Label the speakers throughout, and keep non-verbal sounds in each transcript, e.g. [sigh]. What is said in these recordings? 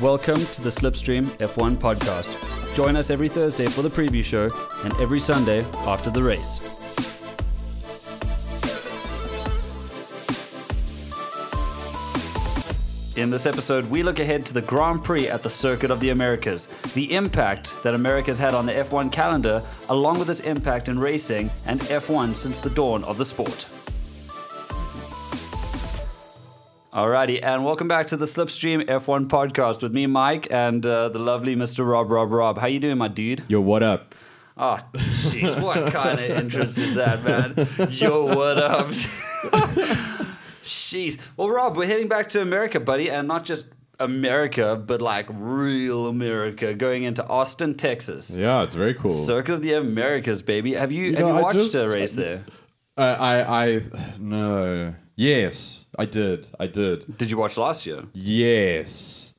Speaker 1: Welcome to the Slipstream F1 podcast. Join us every Thursday for the preview show and every Sunday after the race. In this episode, we look ahead to the Grand Prix at the Circuit of the Americas, the impact that America's had on the F1 calendar, along with its impact in racing and F1 since the dawn of the sport. Alrighty, and welcome back to the Slipstream F1 podcast with me, Mike, and uh, the lovely Mr. Rob, Rob, Rob. How you doing, my dude?
Speaker 2: Yo, what up?
Speaker 1: Oh, jeez, what kind of entrance is that, man? Yo, what up? Jeez. Well, Rob, we're heading back to America, buddy, and not just America, but like real America, going into Austin, Texas.
Speaker 2: Yeah, it's very cool.
Speaker 1: Circuit of the Americas, baby. Have you, have
Speaker 2: know,
Speaker 1: you
Speaker 2: I
Speaker 1: watched
Speaker 2: just-
Speaker 1: a race there?
Speaker 2: I, I, I, no. Yes, I did. I did.
Speaker 1: Did you watch last year?
Speaker 2: Yes,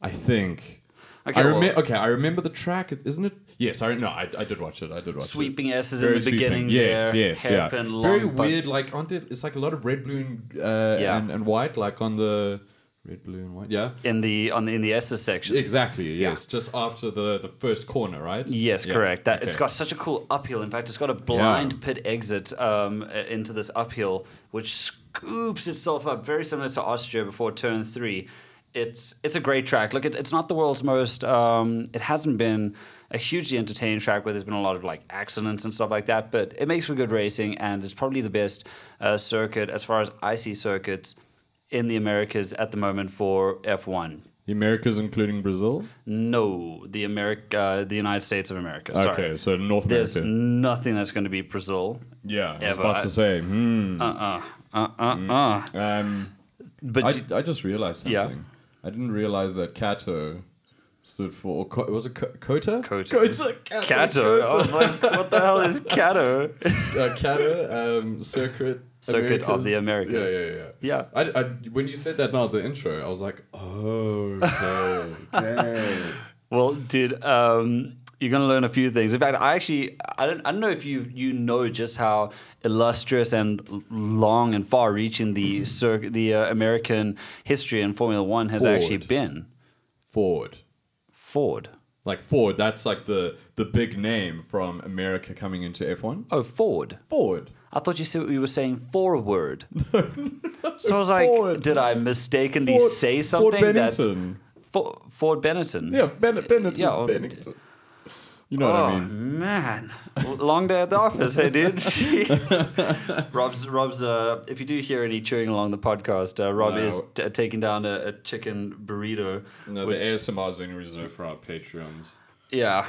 Speaker 2: I think.
Speaker 1: Okay,
Speaker 2: I
Speaker 1: well-
Speaker 2: remember. okay, I remember the track. It- Isn't it? Yes, I no, I, I did watch it. I did watch it.
Speaker 1: Sweeping S's
Speaker 2: Very
Speaker 1: in the
Speaker 2: sweeping.
Speaker 1: beginning.
Speaker 2: Yes,
Speaker 1: there,
Speaker 2: yes, yeah.
Speaker 1: hairpin, long
Speaker 2: Very
Speaker 1: bun-
Speaker 2: weird. Like, aren't there? It's like a lot of red, blue, and, uh,
Speaker 1: Yeah.
Speaker 2: and, and white. Like on the red, blue, and white. Yeah.
Speaker 1: in the on the, in the S's section.
Speaker 2: Exactly. Yes. Just after the the first corner, right?
Speaker 1: Yes,
Speaker 2: Yeah,
Speaker 1: correct. That it's
Speaker 2: okay.
Speaker 1: got such a cool uphill. In fact, it's got a blind pit exit um, uh, into this uphill, which scoops itself up, very similar to Austria before turn three. It's it's a great track. Look, it, it's not the world's most. Um, it hasn't been a hugely entertaining track where there's been a lot of like accidents and stuff like that. But it makes for good racing, and it's probably the best uh, circuit as far as I see circuits in the Americas at the moment for F1.
Speaker 2: The Americas, including Brazil.
Speaker 1: No, the America, uh, the United States of America. Sorry.
Speaker 2: Okay, so North
Speaker 1: There's
Speaker 2: America.
Speaker 1: nothing that's going to beat Brazil.
Speaker 2: Yeah, I was
Speaker 1: ever.
Speaker 2: about to say. Hmm.
Speaker 1: Uh uh uh.
Speaker 2: Um,
Speaker 1: But
Speaker 2: I,
Speaker 1: you-
Speaker 2: I just realized something.
Speaker 1: Yeah.
Speaker 2: I didn't realize that Kato stood for or co- was it co- Kota?
Speaker 1: Kota.
Speaker 2: Kota.
Speaker 1: [laughs]
Speaker 2: Kato.
Speaker 1: Kato. I was like, what the hell is Kato?
Speaker 2: uh, Kato. Um, circuit.
Speaker 1: Circuit of the Americas.
Speaker 2: Yeah, yeah, yeah.
Speaker 1: Yeah.
Speaker 2: I, I, when you said that now, the intro, I was like, oh, okay, [laughs] okay.
Speaker 1: [laughs] Well, dude, um, you're going to learn a few things. In fact, I actually, I don't, I don't know if you you know just how illustrious and l- long and far-reaching the cir- the uh, American history in Formula One has
Speaker 2: Ford.
Speaker 1: actually been.
Speaker 2: Ford.
Speaker 1: Ford.
Speaker 2: Like Ford, that's like the the big name from America coming into F1.
Speaker 1: Oh, Ford.
Speaker 2: Forward.
Speaker 1: I thought you said you were saying
Speaker 2: [laughs]
Speaker 1: forward. so I was like,
Speaker 2: forward.
Speaker 1: did I mistakenly say something
Speaker 2: Ford
Speaker 1: that
Speaker 2: Bennington.
Speaker 1: For, Ford Benetton?
Speaker 2: Yeah, Ben- Bennington.
Speaker 1: Yeah, or-
Speaker 2: Bennington. You know
Speaker 1: Oh
Speaker 2: what I mean?
Speaker 1: man, L- long day at the office, hey
Speaker 2: [laughs]
Speaker 1: dude. Jeez. Rob's Rob's. Uh, if you do hear any chewing along the podcast, uh, Rob
Speaker 2: No.
Speaker 1: is t- taking down a, a chicken burrito.
Speaker 2: No,
Speaker 1: which-
Speaker 2: the ASMR is only reserved for our Patreons. [laughs]
Speaker 1: yeah.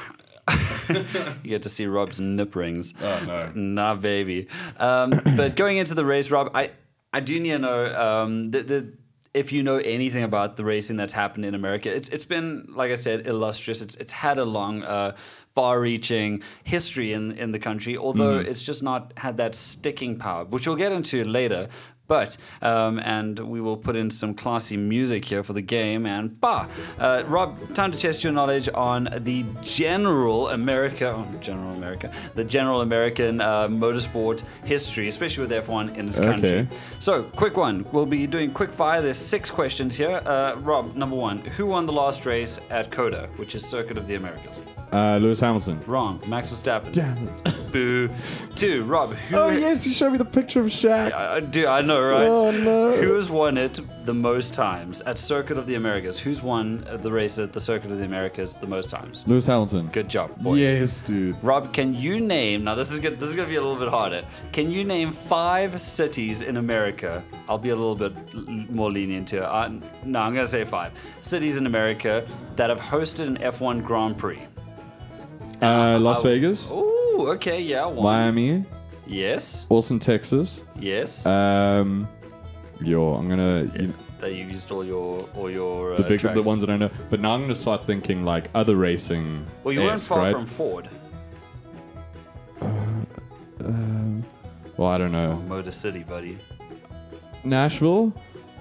Speaker 1: [laughs] you get to see Rob's nip rings.
Speaker 2: Oh, no.
Speaker 1: Nah, baby. Um, [coughs] but going into the race, Rob, I, I do need to know um, the, the, if you know anything about the racing that's happened in America. It's it's been like I said, illustrious. It's it's had a long, uh, far-reaching history in in the country, although it's just not had that sticking power, which we'll get into later. But um, and we will put in some classy music here for the game and bah, uh, Rob, time to test your knowledge on the general America, oh, general America, the general American uh, motorsport history, especially with F1 in this country.
Speaker 2: Okay.
Speaker 1: So quick one, we'll be doing quick fire. There's six questions here. Uh, Rob, number one, who won the last race at Coda, which is Circuit of the Americas?
Speaker 2: [laughs] Uh, Lewis Hamilton.
Speaker 1: Wrong, Max Verstappen.
Speaker 2: Damn it.
Speaker 1: Boo. Two, Rob, who?
Speaker 2: Oh, yes, you showed me the picture of Shaq.
Speaker 1: I, I do. I know, right?
Speaker 2: Oh, no.
Speaker 1: Who has won it the most times at Circuit of the Americas? Who's won uh, the race at the Circuit of the Americas the most times?
Speaker 2: Lewis Hamilton.
Speaker 1: Good job, boy.
Speaker 2: Yes, dude.
Speaker 1: Rob, can you name? Now this is good. This is gonna be a little bit harder. Can you name five cities in America? I'll be a little bit l- l- more lenient here. Uh, no, I'm gonna say five cities in America that have hosted an F1 Grand Prix.
Speaker 2: Uh, Las
Speaker 1: I-
Speaker 2: Vegas,
Speaker 1: Ooh, okay, yeah, one.
Speaker 2: Miami,
Speaker 1: Yes,
Speaker 2: Austin, Texas.
Speaker 1: yes.
Speaker 2: Um, yo, I'm gonna you,
Speaker 1: that you used all your all your uh,
Speaker 2: the big
Speaker 1: tracks.
Speaker 2: the ones that I know, but now I'm gonna start thinking like other racing.
Speaker 1: Well, you weren't
Speaker 2: esque,
Speaker 1: far
Speaker 2: right?
Speaker 1: from Ford.
Speaker 2: Well, I don't know.
Speaker 1: Motor City, buddy.
Speaker 2: Nashville.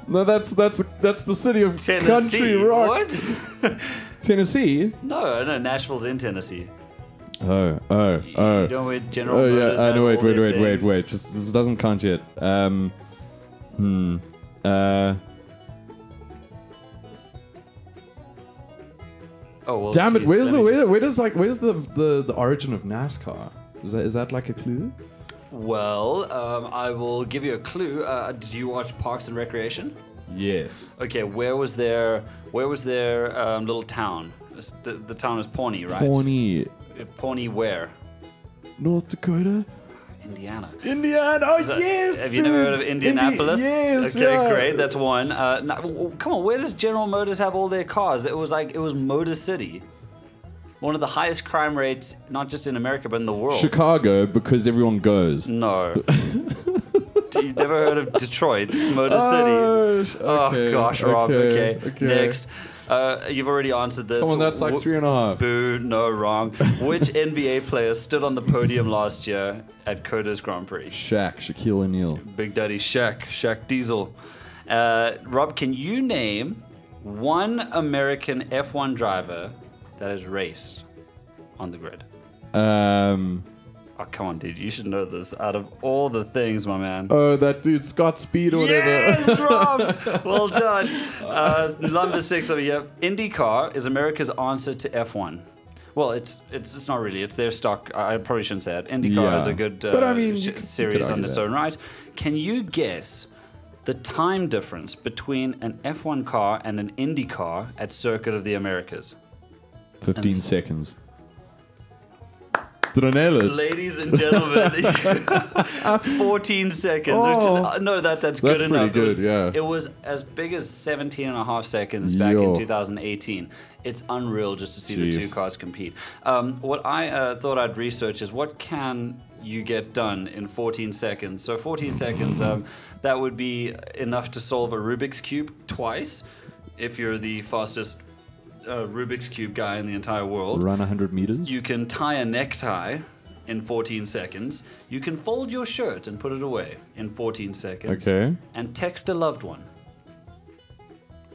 Speaker 2: No, that's that's that's the city of
Speaker 1: Tennessee.
Speaker 2: country rock.
Speaker 1: What?
Speaker 2: Tennessee.
Speaker 1: No, no, Nashville's in Tennessee.
Speaker 2: Oh, oh, oh.
Speaker 1: You know where General
Speaker 2: Oh
Speaker 1: Motors
Speaker 2: yeah, I
Speaker 1: have
Speaker 2: know. Wait,
Speaker 1: all
Speaker 2: wait,
Speaker 1: their
Speaker 2: wait, wait,
Speaker 1: things?
Speaker 2: wait. Just this doesn't count yet. Um, hmm. Uh.
Speaker 1: Oh well.
Speaker 2: Damn it!
Speaker 1: jeez,
Speaker 2: Where's
Speaker 1: let
Speaker 2: the
Speaker 1: me
Speaker 2: where,
Speaker 1: just-
Speaker 2: where does like where's the, the the origin of NASCAR? Is that is that like a clue?
Speaker 1: Well, um, I will give you a clue. Uh, did you watch Parks and Recreation?
Speaker 2: Yes.
Speaker 1: Okay, where was their where was their um, little town? The, the town is Pawnee, right?
Speaker 2: Pawnee,
Speaker 1: Uh, Pawnee where?
Speaker 2: North Dakota,
Speaker 1: Indiana.
Speaker 2: Indiana. Oh
Speaker 1: Is that-
Speaker 2: yes.
Speaker 1: Have you never
Speaker 2: dude.
Speaker 1: heard of Indianapolis?
Speaker 2: Indi- yes.
Speaker 1: Okay,
Speaker 2: yeah.
Speaker 1: great. That's one. Uh, no- w- w- come on, where does General Motors have all their cars? It was like it was Motor City, one of the highest crime rates, not just in America but in the world.
Speaker 2: Chicago because everyone goes. [laughs]
Speaker 1: no. you never heard of Detroit, Motor City?
Speaker 2: Oh, sh-
Speaker 1: oh
Speaker 2: okay,
Speaker 1: gosh, Rob. Okay,
Speaker 2: okay.
Speaker 1: next. Uh, you've already answered this.
Speaker 2: Come on, that's like
Speaker 1: W-
Speaker 2: three and a half.
Speaker 1: Boo, no, wrong. Which NBA player stood on the podium last year at Coda's Grand Prix?
Speaker 2: Shaq, Shaquille O'Neal.
Speaker 1: Big Daddy Shaq, Shaq Diesel. Uh, Rob, can you name one American F1 driver that has raced on the grid?
Speaker 2: Um.
Speaker 1: Oh, come on, dude. You should know this out of all the things, my man.
Speaker 2: Oh, that dude Scott Speed or whatever. [laughs]
Speaker 1: Yes, Rob. [laughs] well done. Uh, number six over here. IndyCar is America's answer to F1. Well, it's it's it's not really. It's their stock. I I probably shouldn't say it. IndyCar
Speaker 2: Yeah.
Speaker 1: is a good uh,
Speaker 2: But I mean,
Speaker 1: sh-
Speaker 2: you could- you
Speaker 1: series
Speaker 2: could
Speaker 1: on
Speaker 2: argue
Speaker 1: its
Speaker 2: that.
Speaker 1: own right. Can you guess the time difference between an F1 car and an Indy car at Circuit of the Americas?
Speaker 2: Fifteen seconds. Did I nail it?
Speaker 1: Ladies and
Speaker 2: [laughs]
Speaker 1: gentlemen, [laughs] 14 seconds,
Speaker 2: Oh.
Speaker 1: which is, uh, no, that, that's,
Speaker 2: That's
Speaker 1: good
Speaker 2: pretty
Speaker 1: enough. it
Speaker 2: good,
Speaker 1: was,
Speaker 2: yeah.
Speaker 1: It was as big as 17 and a half seconds back in
Speaker 2: Yo.
Speaker 1: 2018. It's unreal just to see the two
Speaker 2: Jeez.
Speaker 1: cars compete. Um, what I uh, thought I'd research is what can you get done in 14 seconds? So 14 seconds,
Speaker 2: [laughs]
Speaker 1: um, that would be enough to solve a Rubik's Cube twice if you're the fastest uh, Rubik's Cube guy in the entire world.
Speaker 2: Run 100 meters.
Speaker 1: You can tie a necktie in 14 seconds. You can fold your shirt and put it away in 14 seconds.
Speaker 2: Okay.
Speaker 1: And text a loved one.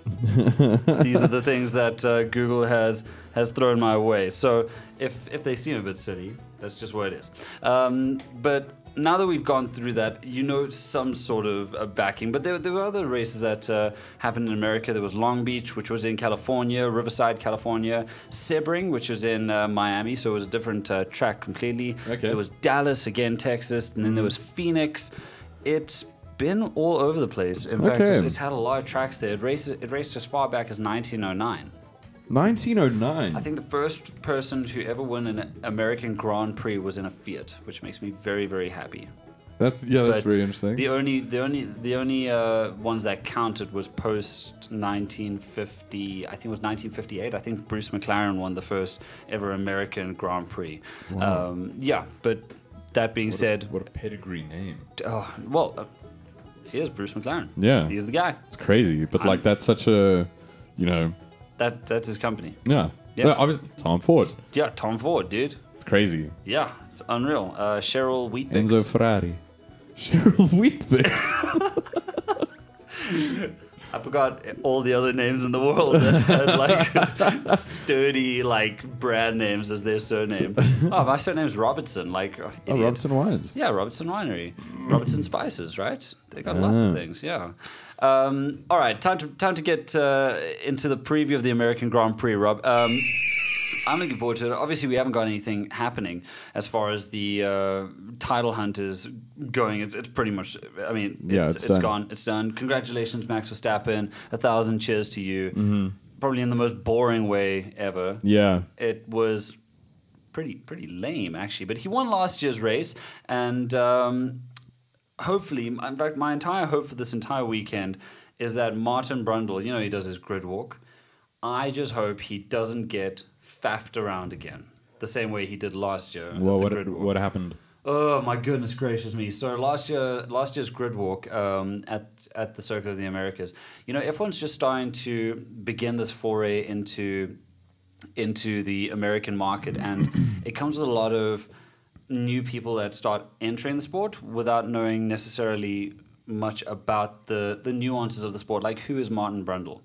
Speaker 1: [laughs] These are the things that uh, Google has has thrown my way. So if if they seem a bit silly, that's just what it is. Um, but now that we've gone through that, you know some sort of uh, backing. But there, there were other races that uh, happened in America. There was Long Beach, which was in California, Riverside, California, Sebring, which was in uh, Miami. So it was a different uh, track completely.
Speaker 2: Okay.
Speaker 1: There was Dallas again, Texas, and then there was Phoenix. It's been all over the place. In fact, it's,
Speaker 2: Okay.
Speaker 1: it's had a lot of tracks there. It raced, it raced as far back as 1909.
Speaker 2: 1909.
Speaker 1: I think the first person to ever win an American Grand Prix was in a Fiat, which makes me very, very happy.
Speaker 2: that's yeah, that's
Speaker 1: But
Speaker 2: really interesting.
Speaker 1: The only, the only, the only uh, ones that counted was post 1950. I think it was 1958. I think Bruce McLaren won the first ever American Grand Prix. Um, yeah, but that being said,
Speaker 2: what a pedigree name.
Speaker 1: oh, well, uh, here's Bruce McLaren.
Speaker 2: Yeah.
Speaker 1: He's the guy.
Speaker 2: It's crazy, but
Speaker 1: I'm-
Speaker 2: like that's such a, you know,
Speaker 1: That that's his company.
Speaker 2: yeah.
Speaker 1: Yeah.
Speaker 2: No, obviously, Tom Ford.
Speaker 1: Yeah, Tom Ford, dude.
Speaker 2: It's crazy.
Speaker 1: Yeah, it's unreal. Uh, Cheryl Wheatbix.
Speaker 2: Enzo Ferrari. [laughs] Cheryl Wheatbix.
Speaker 1: [laughs] I forgot all the other names in the world [laughs] that had like [laughs] sturdy like brand names as their surname. Oh, my surname's Robertson. Like, oh,
Speaker 2: oh,
Speaker 1: idiot.
Speaker 2: Robson Wines.
Speaker 1: Yeah, Robertson Winery, Robertson Spices, right? They got lots
Speaker 2: Ah.
Speaker 1: of things. Yeah. Um, all right, time to time to get uh, into the preview of the American Grand Prix, Rob. Um, I'm looking forward to it. Obviously, we haven't got anything happening as far as the uh, title hunt is going. It's, it's pretty much. I mean,
Speaker 2: Yeah,
Speaker 1: it's,
Speaker 2: it's
Speaker 1: it's
Speaker 2: done.
Speaker 1: gone. It's done. Congratulations, Max Verstappen. A thousand cheers to you.
Speaker 2: Mm-hmm.
Speaker 1: Probably in the most boring way ever
Speaker 2: Yeah.
Speaker 1: it was pretty pretty lame actually. But he won last year's race, and um, hopefully, in fact, my entire hope for this entire weekend is that Martin Brundle, you know, he does his grid walk. I just hope he doesn't get faffed around again, the same way he did last year. at
Speaker 2: Well,
Speaker 1: the grid
Speaker 2: what
Speaker 1: walk.
Speaker 2: what happened?
Speaker 1: Oh my goodness gracious me! So last year, last year's grid walk um, at at the Circle of the Americas, you know, everyone's just starting to begin this foray into into the American market, and it comes with a lot of new people that start entering the sport without knowing necessarily much about the the nuances of the sport, like who is Martin Brundle.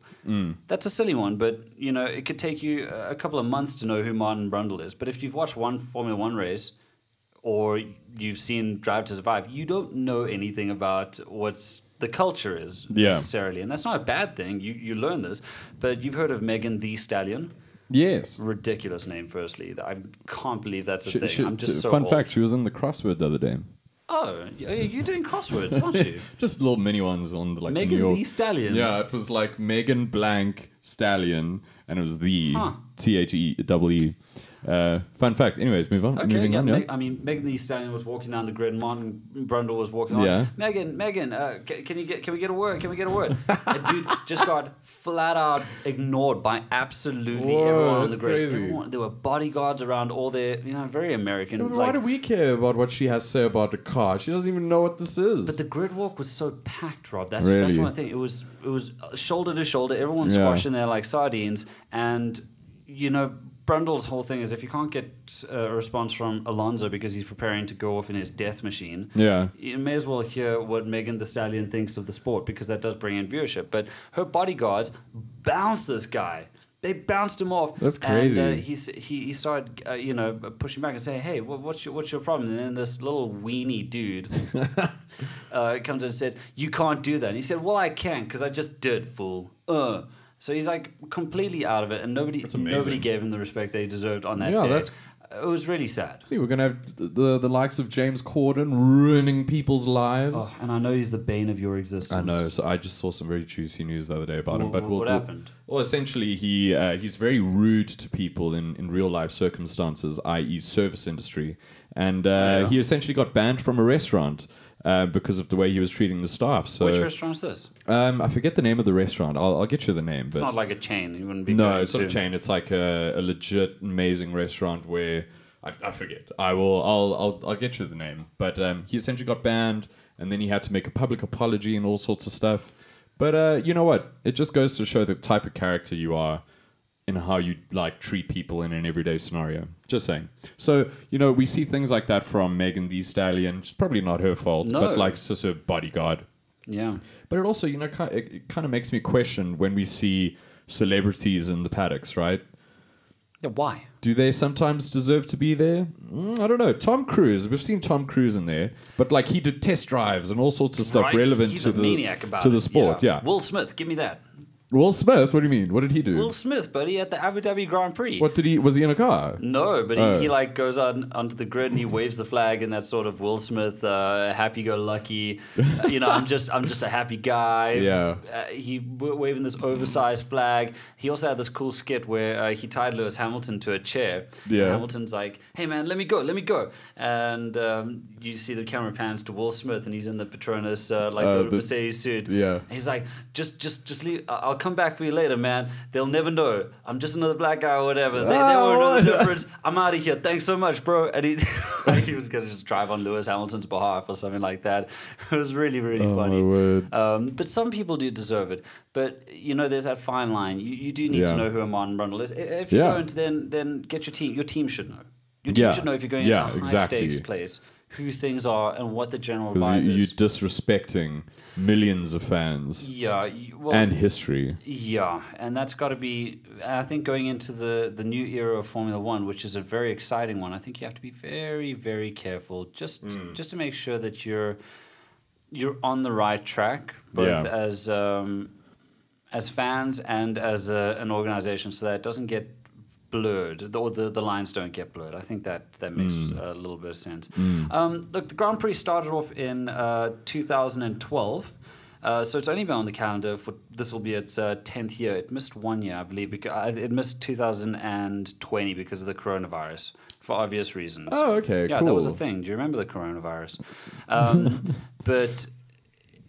Speaker 1: That's a silly one, but you know, it could take you a a couple of months to know who Martin Brundle is. But if you've watched one Formula One race or you've seen Drive to Survive, you don't know anything about what's the culture is
Speaker 2: Yeah.
Speaker 1: necessarily, and that's not a bad thing. You you learn this, but you've heard of Megan the Stallion.
Speaker 2: Yes.
Speaker 1: Ridiculous name, firstly. I can't believe that's a
Speaker 2: She-
Speaker 1: thing.
Speaker 2: she-
Speaker 1: I'm just so
Speaker 2: fun
Speaker 1: old.
Speaker 2: fact: she was in the crossword the other day.
Speaker 1: Oh, y- you're doing crosswords, aren't
Speaker 2: [laughs]
Speaker 1: you?
Speaker 2: Just little mini ones on the, like the New
Speaker 1: Megan
Speaker 2: York.
Speaker 1: Thee Stallion.
Speaker 2: Yeah, it was like Megan Blank Stallion, and it was the
Speaker 1: Huh.
Speaker 2: T H E double E. Uh, fun fact. Anyways, move on.
Speaker 1: Okay,
Speaker 2: Moving
Speaker 1: yeah,
Speaker 2: on.
Speaker 1: Meg- I mean, Megan Thee Stallion was walking down the grid. Martin Brundle was walking on.
Speaker 2: Yeah.
Speaker 1: Megan, Megan, uh, ca- can you get? Can we get a word? Can we get a word? and
Speaker 2: [laughs]
Speaker 1: dude just got flat out ignored by absolutely
Speaker 2: Whoa,
Speaker 1: everyone on
Speaker 2: that's
Speaker 1: the grid.
Speaker 2: crazy.
Speaker 1: Everyone- there were bodyguards around all their, you know, very American.
Speaker 2: Why
Speaker 1: like-
Speaker 2: do we care about what she has to say about the car? She doesn't even know what this is.
Speaker 1: but the grid walk was so packed, Rob. That's that's
Speaker 2: Really?
Speaker 1: one thing. It was it was uh, shoulder to shoulder. Everyone
Speaker 2: Yeah.
Speaker 1: squashing there like sardines, and you know. Brundle's whole thing is if you can't get uh, a response from Alonso because he's preparing to go off in his death machine,
Speaker 2: yeah.
Speaker 1: you may as well hear what Megan the Stallion thinks of the sport because that does bring in viewership. But her bodyguards bounced this guy. They bounced him off.
Speaker 2: That's
Speaker 1: And, uh,
Speaker 2: crazy.
Speaker 1: he, s- he he started uh, you know pushing back and saying, "Hey, wha- what's your what's your problem?" And then this little weenie dude
Speaker 2: [laughs]
Speaker 1: uh, comes and said, "You can't do that." And he said, "Well, I can because I just did, fool." Uh. So he's like completely out of it, and nobody
Speaker 2: amazing.
Speaker 1: nobody gave him the respect they deserved on that
Speaker 2: Yeah,
Speaker 1: day.
Speaker 2: that's-
Speaker 1: it was really sad.
Speaker 2: See, we're gonna have th- the the likes of James Corden ruining people's lives.
Speaker 1: Oh, and I know he's the bane of your existence.
Speaker 2: I know. So I just saw some very juicy news the other day about him.
Speaker 1: Wha-
Speaker 2: But we'll,
Speaker 1: what
Speaker 2: we'll-
Speaker 1: happened?
Speaker 2: Well, essentially, he uh, he's very rude to people in, in real life circumstances, i.e., service industry, and uh,
Speaker 1: Oh, Yeah.
Speaker 2: he essentially got banned from a restaurant uh, because of the way he was treating the staff. So
Speaker 1: Which restaurant's this?
Speaker 2: um, I forget the name of the restaurant. I'll, I'll get you the name.
Speaker 1: It's
Speaker 2: but
Speaker 1: not like a chain. You wouldn't be.
Speaker 2: no,
Speaker 1: going
Speaker 2: it's not a
Speaker 1: to-
Speaker 2: chain. It's like a, a legit amazing restaurant where I, I forget. I will. I'll. I'll. I'll get you the name. But um, he essentially got banned, and then he had to make a public apology and all sorts of stuff. But uh, you know what? It just goes to show the type of character you are and how you like treat people in an everyday scenario. Just saying. So you know, we see things like that from Megan Thee Stallion. It's probably not her fault,
Speaker 1: No.
Speaker 2: but like it's just her bodyguard.
Speaker 1: Yeah.
Speaker 2: But it also, you know, ki- it it kind of makes me question when we see celebrities in the paddocks, right?
Speaker 1: yeah. Why?
Speaker 2: Do they sometimes deserve to be there? Mm, I don't know. Tom Cruise, we've seen Tom Cruise in there, but like he did test drives and all sorts of stuff
Speaker 1: Right?
Speaker 2: relevant
Speaker 1: He's
Speaker 2: to
Speaker 1: a
Speaker 2: the
Speaker 1: maniac about
Speaker 2: to
Speaker 1: it.
Speaker 2: the sport. Yeah. Will,
Speaker 1: Will Smith, give me that.
Speaker 2: Smith, what do you mean? What did he do?
Speaker 1: Will Smith, buddy, at the Abu Dhabi Grand Prix.
Speaker 2: what did he? Was he in a car?
Speaker 1: No, but he,
Speaker 2: Oh.
Speaker 1: he like goes on onto the grid and he waves the flag in that sort of Will Smith, uh, happy-go-lucky. Uh, you know, I'm just I'm just a happy guy.
Speaker 2: [laughs] Yeah.
Speaker 1: Uh, he w- waving this oversized flag. He also had this cool skit where uh, he tied Lewis Hamilton to a chair. And
Speaker 2: Yeah.
Speaker 1: Hamilton's like, "Hey man, let me go, let me go," and um, you see the camera pans to Will Smith and he's in the Patronus uh, like
Speaker 2: Uh,
Speaker 1: the,
Speaker 2: the-
Speaker 1: Mercedes suit.
Speaker 2: Yeah.
Speaker 1: He's like, just, just, just leave. I- I'll come back for you later, man. They'll never know. I'm just another black guy or whatever. They, they
Speaker 2: Ah,
Speaker 1: won't know the
Speaker 2: right.
Speaker 1: difference. I'm out of here. Thanks so much, bro. And he, [laughs] like he was gonna just drive on Lewis Hamilton's behalf or something like that. [laughs] It was really, really
Speaker 2: Oh, my
Speaker 1: funny.
Speaker 2: word.
Speaker 1: Um, but some people do deserve it. But you know, there's that fine line. You, you do need to
Speaker 2: Yeah.
Speaker 1: know who a Martin Brundle is. I- If you
Speaker 2: Yeah.
Speaker 1: don't, then then get your team. Your team should know. Your team
Speaker 2: Yeah.
Speaker 1: should know if you're going
Speaker 2: Yeah,
Speaker 1: into a high
Speaker 2: exactly.
Speaker 1: stakes place. Who things are and what the general
Speaker 2: Because
Speaker 1: vibe
Speaker 2: you, you're
Speaker 1: is.
Speaker 2: disrespecting millions of fans
Speaker 1: yeah, you- well,
Speaker 2: and history.
Speaker 1: Yeah, and that's got to be. I think going into the the new era of Formula One, which is a very exciting one, I think you have to be very, very careful just just to make sure that you're you're on the right track, both
Speaker 2: Yeah.
Speaker 1: as um, as fans and as a, an organization, so that it doesn't get blurred or the, the lines don't get blurred. I think that that makes a little bit of sense. Um, look, the Grand Prix started off in uh, 2012. Uh, so it's only been on the calendar for this will be its uh, tenth year. It missed one year, I believe, because it missed 2020 because of the coronavirus for obvious reasons.
Speaker 2: Oh, okay,
Speaker 1: yeah,
Speaker 2: cool.
Speaker 1: that was a thing. Do you remember the coronavirus?
Speaker 2: [laughs]
Speaker 1: Um, but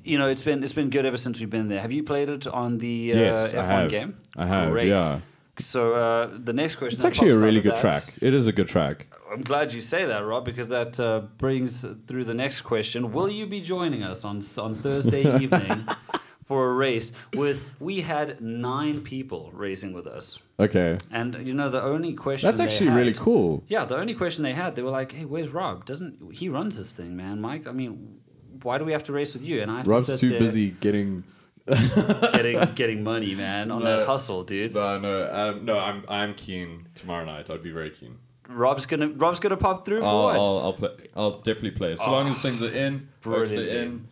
Speaker 1: you know, it's been it's been good ever since we've been there. Have you played it on the uh,
Speaker 2: Yes,
Speaker 1: F1
Speaker 2: I have.
Speaker 1: game?
Speaker 2: I have.
Speaker 1: Great.
Speaker 2: Yeah.
Speaker 1: So uh, the next question.
Speaker 2: It's
Speaker 1: that
Speaker 2: actually a
Speaker 1: pops out
Speaker 2: really
Speaker 1: of
Speaker 2: good
Speaker 1: that-
Speaker 2: track. It is a good track.
Speaker 1: I'm glad you say that, Rob, because that uh, brings through the next question. Will you be joining us on on
Speaker 2: [laughs]
Speaker 1: Thursday evening for a race with? We had nine people racing with us,
Speaker 2: Okay.
Speaker 1: and you know the only question
Speaker 2: That's
Speaker 1: they
Speaker 2: actually
Speaker 1: had-
Speaker 2: really cool.
Speaker 1: yeah, the only question they had, they were like, "Hey, where's Rob? Doesn't he runs this thing, man, Mike? I mean, why do we have to race with you?" And I have to
Speaker 2: Rob's
Speaker 1: sit
Speaker 2: too
Speaker 1: there
Speaker 2: busy getting
Speaker 1: [laughs] getting getting money, man, on that
Speaker 2: No.
Speaker 1: hustle, dude.
Speaker 2: No, no, um, no. I'm I'm keen tomorrow night. I'd be very keen.
Speaker 1: Rob's gonna Rob's gonna pop through for
Speaker 2: I'll
Speaker 1: what?
Speaker 2: I'll, I'll play. I'll definitely play. So long as things are in, folks are
Speaker 1: Brilliant,
Speaker 2: in.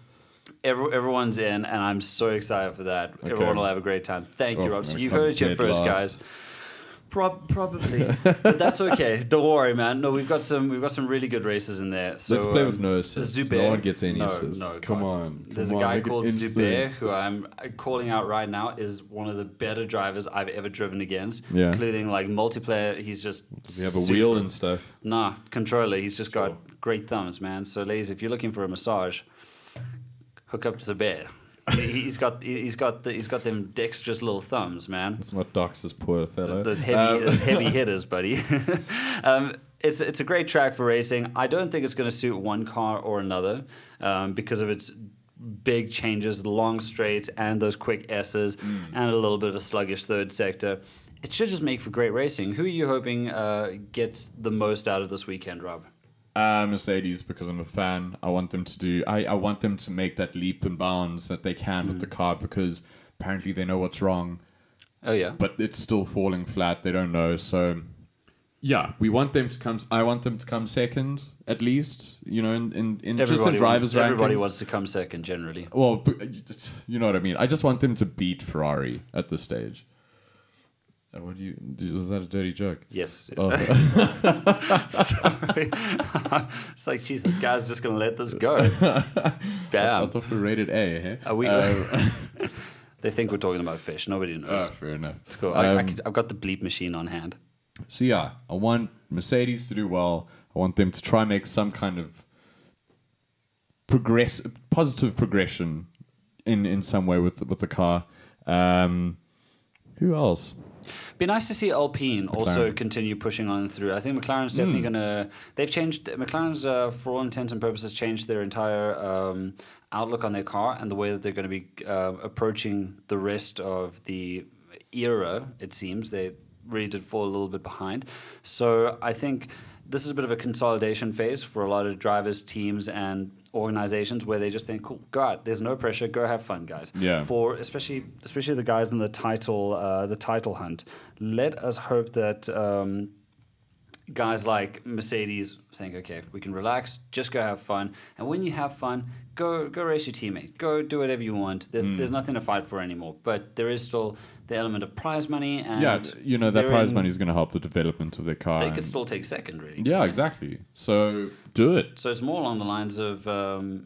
Speaker 1: Every, everyone's in, and I'm so excited for that. Everyone will have a great time. Thank you,
Speaker 2: Oh,
Speaker 1: Rob. So
Speaker 2: I'm
Speaker 1: you
Speaker 2: gonna
Speaker 1: heard it
Speaker 2: come
Speaker 1: here
Speaker 2: dead
Speaker 1: first,
Speaker 2: last.
Speaker 1: guys. Prob- probably, but
Speaker 2: [laughs]
Speaker 1: that's okay. Don't worry, man. No, we've got some we've got some really good races in there. So,
Speaker 2: Let's play
Speaker 1: um,
Speaker 2: with no assists.
Speaker 1: Zubair.
Speaker 2: No one gets any
Speaker 1: No,
Speaker 2: assists.
Speaker 1: no,
Speaker 2: come
Speaker 1: God.
Speaker 2: on.
Speaker 1: There's
Speaker 2: come
Speaker 1: a
Speaker 2: on,
Speaker 1: guy
Speaker 2: make it
Speaker 1: called
Speaker 2: instant.
Speaker 1: Zubair who I'm calling out right now is one of the better drivers I've ever driven against,
Speaker 2: Yeah.
Speaker 1: including like multiplayer. He's just
Speaker 2: We have a
Speaker 1: super-
Speaker 2: wheel and stuff.
Speaker 1: Nah, controller. He's just got
Speaker 2: Sure.
Speaker 1: great thumbs, man. So, ladies, if you're looking for a massage, hook up Zubair. [laughs] He- he's got he's got the, he's got them dexterous little thumbs, man.
Speaker 2: Let's not dox this poor fellow.
Speaker 1: Those heavy,
Speaker 2: Um,
Speaker 1: those [laughs] heavy hitters, buddy. um, it's it's a great track for racing. I don't think it's going to suit one car or another um, because of its big changes, the long straights, and those quick S's, and a little bit of a sluggish third sector. It should just make for great racing. Who are you hoping uh, gets the most out of this weekend, Rob?
Speaker 2: uh, Mercedes because I'm a fan. I want them to do. I, I want them to make that leap and bounds that they can
Speaker 1: Mm.
Speaker 2: with the car because apparently they know what's wrong,
Speaker 1: Oh yeah,
Speaker 2: but it's still falling flat. They don't know. So yeah, we want them to come. I want them to come second at least. You know, in in, in just in
Speaker 1: everybody
Speaker 2: drivers
Speaker 1: wants, everybody
Speaker 2: rankings.
Speaker 1: wants to come second generally.
Speaker 2: Well, b- you know what I mean. I just want them to beat Ferrari at this stage. Uh, What do you? Was that a dirty joke? [laughs]
Speaker 1: Yes.
Speaker 2: Oh.
Speaker 1: [laughs] Sorry. [laughs] it's like, jeez, this guy's just going to let this
Speaker 2: [laughs]
Speaker 1: go.
Speaker 2: I
Speaker 1: Bam.
Speaker 2: thought we were rated A. Hey?
Speaker 1: Are we- [laughs]
Speaker 2: Uh,
Speaker 1: They think we're talking about fish. Nobody knows.
Speaker 2: oh, fair enough.
Speaker 1: it's cool. I, I
Speaker 2: Um,
Speaker 1: could, I've got the bleep machine on hand.
Speaker 2: So yeah, I want Mercedes to do well. I want them to try and make some kind of progress, positive progression in in some way with with the car. Um, who else?
Speaker 1: Be nice to see Alpine also
Speaker 2: McLaren. Hmm.
Speaker 1: continue pushing on through. I think McLaren's definitely going to. They've changed. McLaren's, uh, for all intents and purposes, changed their entire um, outlook on their car and the way that they're going to be uh, approaching the rest of the era. It seems they really did fall a little bit behind. So I think this is a bit of a consolidation phase for a lot of drivers, teams, and organizations where they just think, "Cool, go out. There's no pressure. Go have fun, guys." For
Speaker 2: Yeah.
Speaker 1: for especially especially the guys in the title uh, the title hunt. Let us hope that um, guys like Mercedes think, okay, we can relax, just go have fun, and when you have fun, go go race your teammate, go do whatever you want.
Speaker 2: Mm.
Speaker 1: There's there's nothing to fight for anymore, but there is still the element of prize money and
Speaker 2: yeah, t- you know that
Speaker 1: they're
Speaker 2: prize
Speaker 1: in-
Speaker 2: money is going to help the development of their car.
Speaker 1: They
Speaker 2: and-
Speaker 1: could still take second, really.
Speaker 2: yeah, exactly. So do it.
Speaker 1: So it's more along the lines of. Um,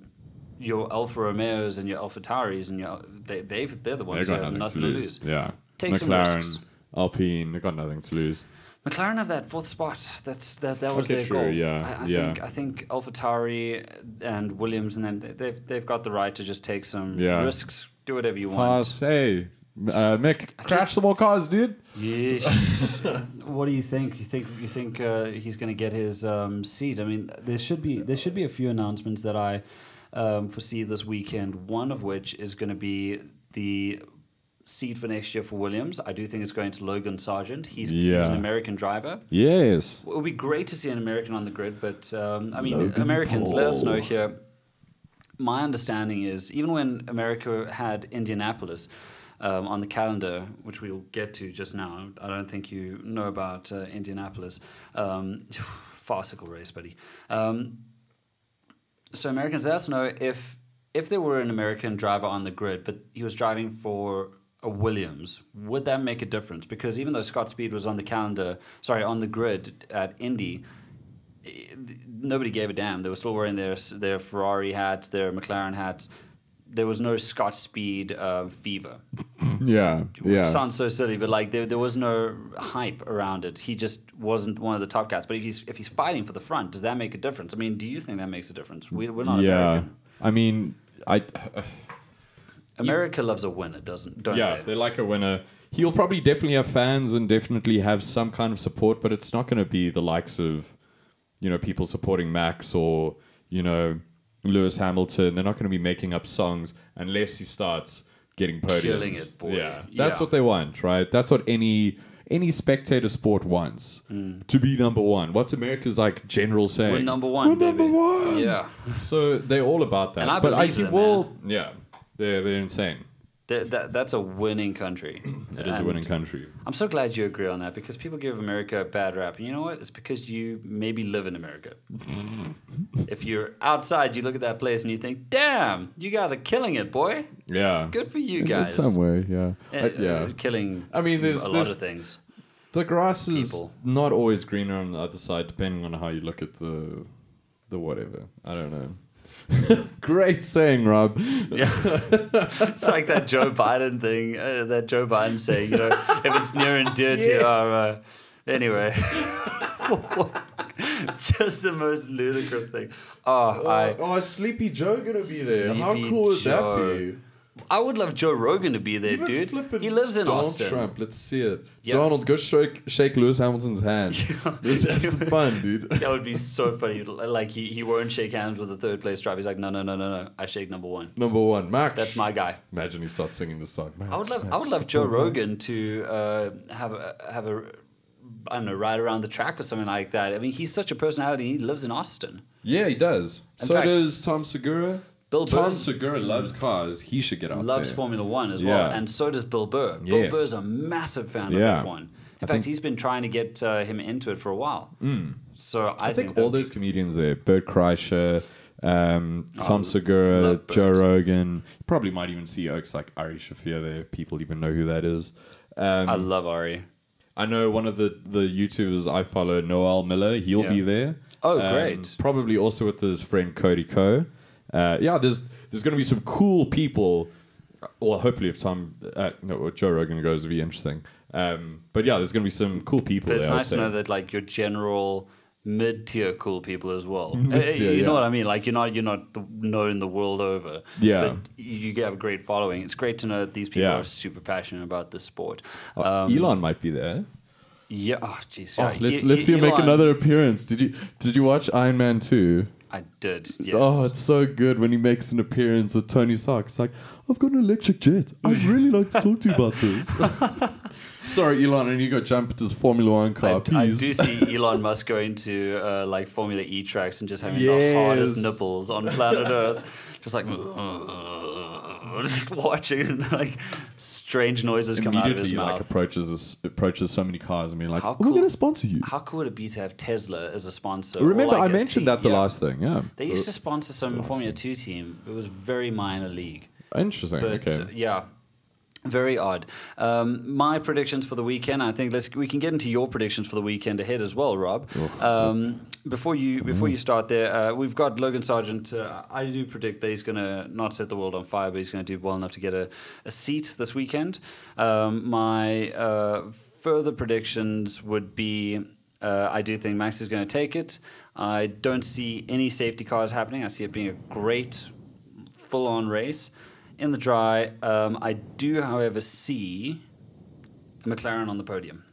Speaker 1: your Alfa Romeos and your Alfa Tauris and your they they've, they're the
Speaker 2: They've
Speaker 1: ones who
Speaker 2: got
Speaker 1: have
Speaker 2: nothing, to, lose. Yeah,
Speaker 1: Take some
Speaker 2: McLaren,
Speaker 1: risks.
Speaker 2: Alpine, they've got nothing to lose.
Speaker 1: McLaren have that fourth spot. That's that. That was
Speaker 2: Okay,
Speaker 1: their
Speaker 2: sure,
Speaker 1: goal.
Speaker 2: yeah,
Speaker 1: I, I
Speaker 2: yeah.
Speaker 1: think I think AlphaTauri and Williams and them they- they've they've got the right to just take some
Speaker 2: Yeah.
Speaker 1: risks. Do whatever you want.
Speaker 2: Pass, hey, uh, Mick, crash some more cars, dude. [laughs]
Speaker 1: Yeesh. what do you think? You think you think uh, he's going to get his um, seat? I mean, there should be there should be a few announcements that I um, foresee this weekend. One of which is going to be the seat for next year for Williams. I do think it's going to Logan Sargent. He's, he's
Speaker 2: Yeah.
Speaker 1: an American driver.
Speaker 2: Yes.
Speaker 1: It would be great to see an American on the grid, but um, I mean, Americans, let us know
Speaker 2: Paul.
Speaker 1: here. My understanding is even when America had Indianapolis um, on the calendar, which we will get to just now, I don't think you know about uh, Indianapolis. Um, [sighs] farcical race, buddy. Um, so Americans, let us know if if there were an American driver on the grid, but he was driving for a Williams, would that make a difference? Because even though Scott Speed was on the calendar, sorry, on the grid at Indy, eh, nobody gave a damn. They were still wearing their their Ferrari hats, their McLaren hats. There was no Scott Speed uh, fever.
Speaker 2: [laughs] Yeah,
Speaker 1: Which
Speaker 2: yeah.
Speaker 1: sounds so silly, but like there, there was no hype around it. He just wasn't one of the top cats. But if he's if he's fighting for the front, does that make a difference? I mean, do you think that makes a difference? We, we're not
Speaker 2: yeah,
Speaker 1: American.
Speaker 2: I mean, I
Speaker 1: America loves a winner, doesn't don't
Speaker 2: yeah,
Speaker 1: they?
Speaker 2: they like a winner. He'll probably definitely have fans and definitely have some kind of support, but it's not going to be the likes of, you know, people supporting Max or you know Lewis Hamilton. They're not going to be making up songs unless he starts getting podiums.
Speaker 1: Killing it, boy.
Speaker 2: Yeah, that's
Speaker 1: Yeah.
Speaker 2: what they want, right? That's what any any spectator sport wants to be number one. What's America's like general saying?
Speaker 1: Mm. We're number one,
Speaker 2: We're number
Speaker 1: baby.
Speaker 2: one.
Speaker 1: Yeah,
Speaker 2: So they're all about that.
Speaker 1: And I
Speaker 2: but I,
Speaker 1: believe
Speaker 2: he
Speaker 1: them,
Speaker 2: will. Yeah, they're they're insane.
Speaker 1: that, that, that's a winning country.
Speaker 2: It is a winning country.
Speaker 1: I'm so glad you agree on that because people give America a bad rap, and you know what? It's because you maybe live in
Speaker 2: [laughs]
Speaker 1: America. if you're outside, you look at that place and you think, "Damn, you guys are killing it, boy.
Speaker 2: Yeah.
Speaker 1: Good for you
Speaker 2: In-
Speaker 1: guys."
Speaker 2: In some way, yeah.
Speaker 1: Uh,
Speaker 2: Uh, yeah.
Speaker 1: killing.
Speaker 2: I mean, there's-
Speaker 1: a lot
Speaker 2: there's-
Speaker 1: of things.
Speaker 2: The grass is
Speaker 1: People.
Speaker 2: not always greener on the other side, depending on how you look at the the whatever. I don't know. [laughs] Great saying, Rob.
Speaker 1: Yeah. it's like that Joe Biden thing, uh, that Joe Biden saying, you know, if it's near and dear to
Speaker 2: Yes.
Speaker 1: your. Uh, anyway. [laughs] Just the most ludicrous thing. Oh, I,
Speaker 2: oh, is Sleepy Joe gonna be there? how
Speaker 1: Sleepy
Speaker 2: cool would
Speaker 1: Joe.
Speaker 2: that be?
Speaker 1: I would love Joe Rogan to be there,
Speaker 2: Even
Speaker 1: dude.
Speaker 2: flippin'
Speaker 1: He lives in
Speaker 2: Donald
Speaker 1: Austin.
Speaker 2: Trump. Let's see it.
Speaker 1: Yeah.
Speaker 2: Donald, go shake, shake Lewis Hamilton's
Speaker 1: [laughs]
Speaker 2: hand. Let's have some fun, dude. [laughs]
Speaker 1: That would be so funny. Like he, he won't shake hands with the third place driver. He's like, no, no, no, no, no. I shake number one.
Speaker 2: Number one, Max.
Speaker 1: That's my guy.
Speaker 2: Imagine he starts singing the song.
Speaker 1: I would love I would love Joe Rogan to uh, have a, have a I don't know ride around the track or something like that. I mean, he's such a personality. He lives in Austin.
Speaker 2: Yeah, he does.
Speaker 1: In
Speaker 2: so
Speaker 1: fact-
Speaker 2: does Tom Segura.
Speaker 1: Bill
Speaker 2: Tom
Speaker 1: Burr
Speaker 2: Segura loves cars. He should get out
Speaker 1: loves
Speaker 2: there.
Speaker 1: Formula One as well,
Speaker 2: Yeah.
Speaker 1: and so does Bill Burr. Bill
Speaker 2: Yes.
Speaker 1: Burr's a massive fan
Speaker 2: Yeah.
Speaker 1: of F1. In
Speaker 2: I
Speaker 1: fact,
Speaker 2: think- Hmm.
Speaker 1: he's been trying to get uh, him into it for a while. So I,
Speaker 2: I think
Speaker 1: that-
Speaker 2: all those comedians there, Bert Kreischer, um, Tom Segura,
Speaker 1: Oh, love Bert.
Speaker 2: Joe Rogan. You probably might even see oaks like Ari Shafir there if people even know who that is. Um,
Speaker 1: I love Ari.
Speaker 2: I know one of the, the YouTubers I follow, Noel Miller, he'll
Speaker 1: Yeah.
Speaker 2: be there. Um,
Speaker 1: Oh, great.
Speaker 2: Probably also with his friend Cody Ko. Uh, yeah, there's there's going to be some cool people. uh, Well, hopefully, if Tom, uh, no, what Joe Rogan goes, it'll be interesting. Um, but yeah, there's going to be some cool people.
Speaker 1: But it's
Speaker 2: there, I'd
Speaker 1: nice to
Speaker 2: say.
Speaker 1: know that like your general mid tier cool people as well. Uh,
Speaker 2: [laughs] Mid-tier,
Speaker 1: you
Speaker 2: yeah.
Speaker 1: know what I mean? Like you're not you're not the, known the world over.
Speaker 2: Yeah.
Speaker 1: But you you have a great following. It's great to know that these people
Speaker 2: Yeah.
Speaker 1: are super passionate about this sport.
Speaker 2: Uh,
Speaker 1: Um,
Speaker 2: Elon might be there.
Speaker 1: yeah. Oh, jeez.
Speaker 2: Oh,
Speaker 1: yeah.
Speaker 2: let's
Speaker 1: E-
Speaker 2: let's see
Speaker 1: E-
Speaker 2: him make
Speaker 1: Elon-
Speaker 2: another appearance. Did you did you watch Iron Man two?
Speaker 1: I did. Yes.
Speaker 2: Oh, it's so good when he makes an appearance with Tony Stark. It's like, I've got an electric jet.
Speaker 1: [laughs]
Speaker 2: I'd really like to talk to you about this. Sorry, Elon, and you go jump into this Formula One car.
Speaker 1: I,
Speaker 2: Peace.
Speaker 1: I do see Elon Musk going to uh, like Formula E tracks and just having the hardest
Speaker 2: Yes.
Speaker 1: nipples on planet Earth, just like [laughs] just watching like strange noises come out of his
Speaker 2: Immediately,
Speaker 1: mouth.
Speaker 2: like approaches us- approaches so many cars and be like, "Oh,
Speaker 1: How
Speaker 2: "We're
Speaker 1: cool-
Speaker 2: going to sponsor you."
Speaker 1: how cool would it be to have Tesla as a sponsor? or
Speaker 2: Remember,
Speaker 1: like
Speaker 2: I
Speaker 1: a
Speaker 2: mentioned
Speaker 1: team?
Speaker 2: that the
Speaker 1: Yeah.
Speaker 2: last thing. Yeah,
Speaker 1: They used to sponsor some Formula Two team. It was very minor league,
Speaker 2: interesting.
Speaker 1: but
Speaker 2: okay,
Speaker 1: uh, yeah, very odd. Um, my predictions for the weekend. I think let's we can get into your predictions for the weekend ahead as well, Rob. Um, before you before you start there, uh, we've got Logan Sargent. Uh, I do predict that he's going to not set the world on fire, but he's going to do well enough to get a, a seat this weekend. Um, my uh, further predictions would be uh, I do think Max is going to take it. I don't see any safety cars happening. I see it being a great, full on race in the dry. Um, I do, however, see a McLaren on the podium.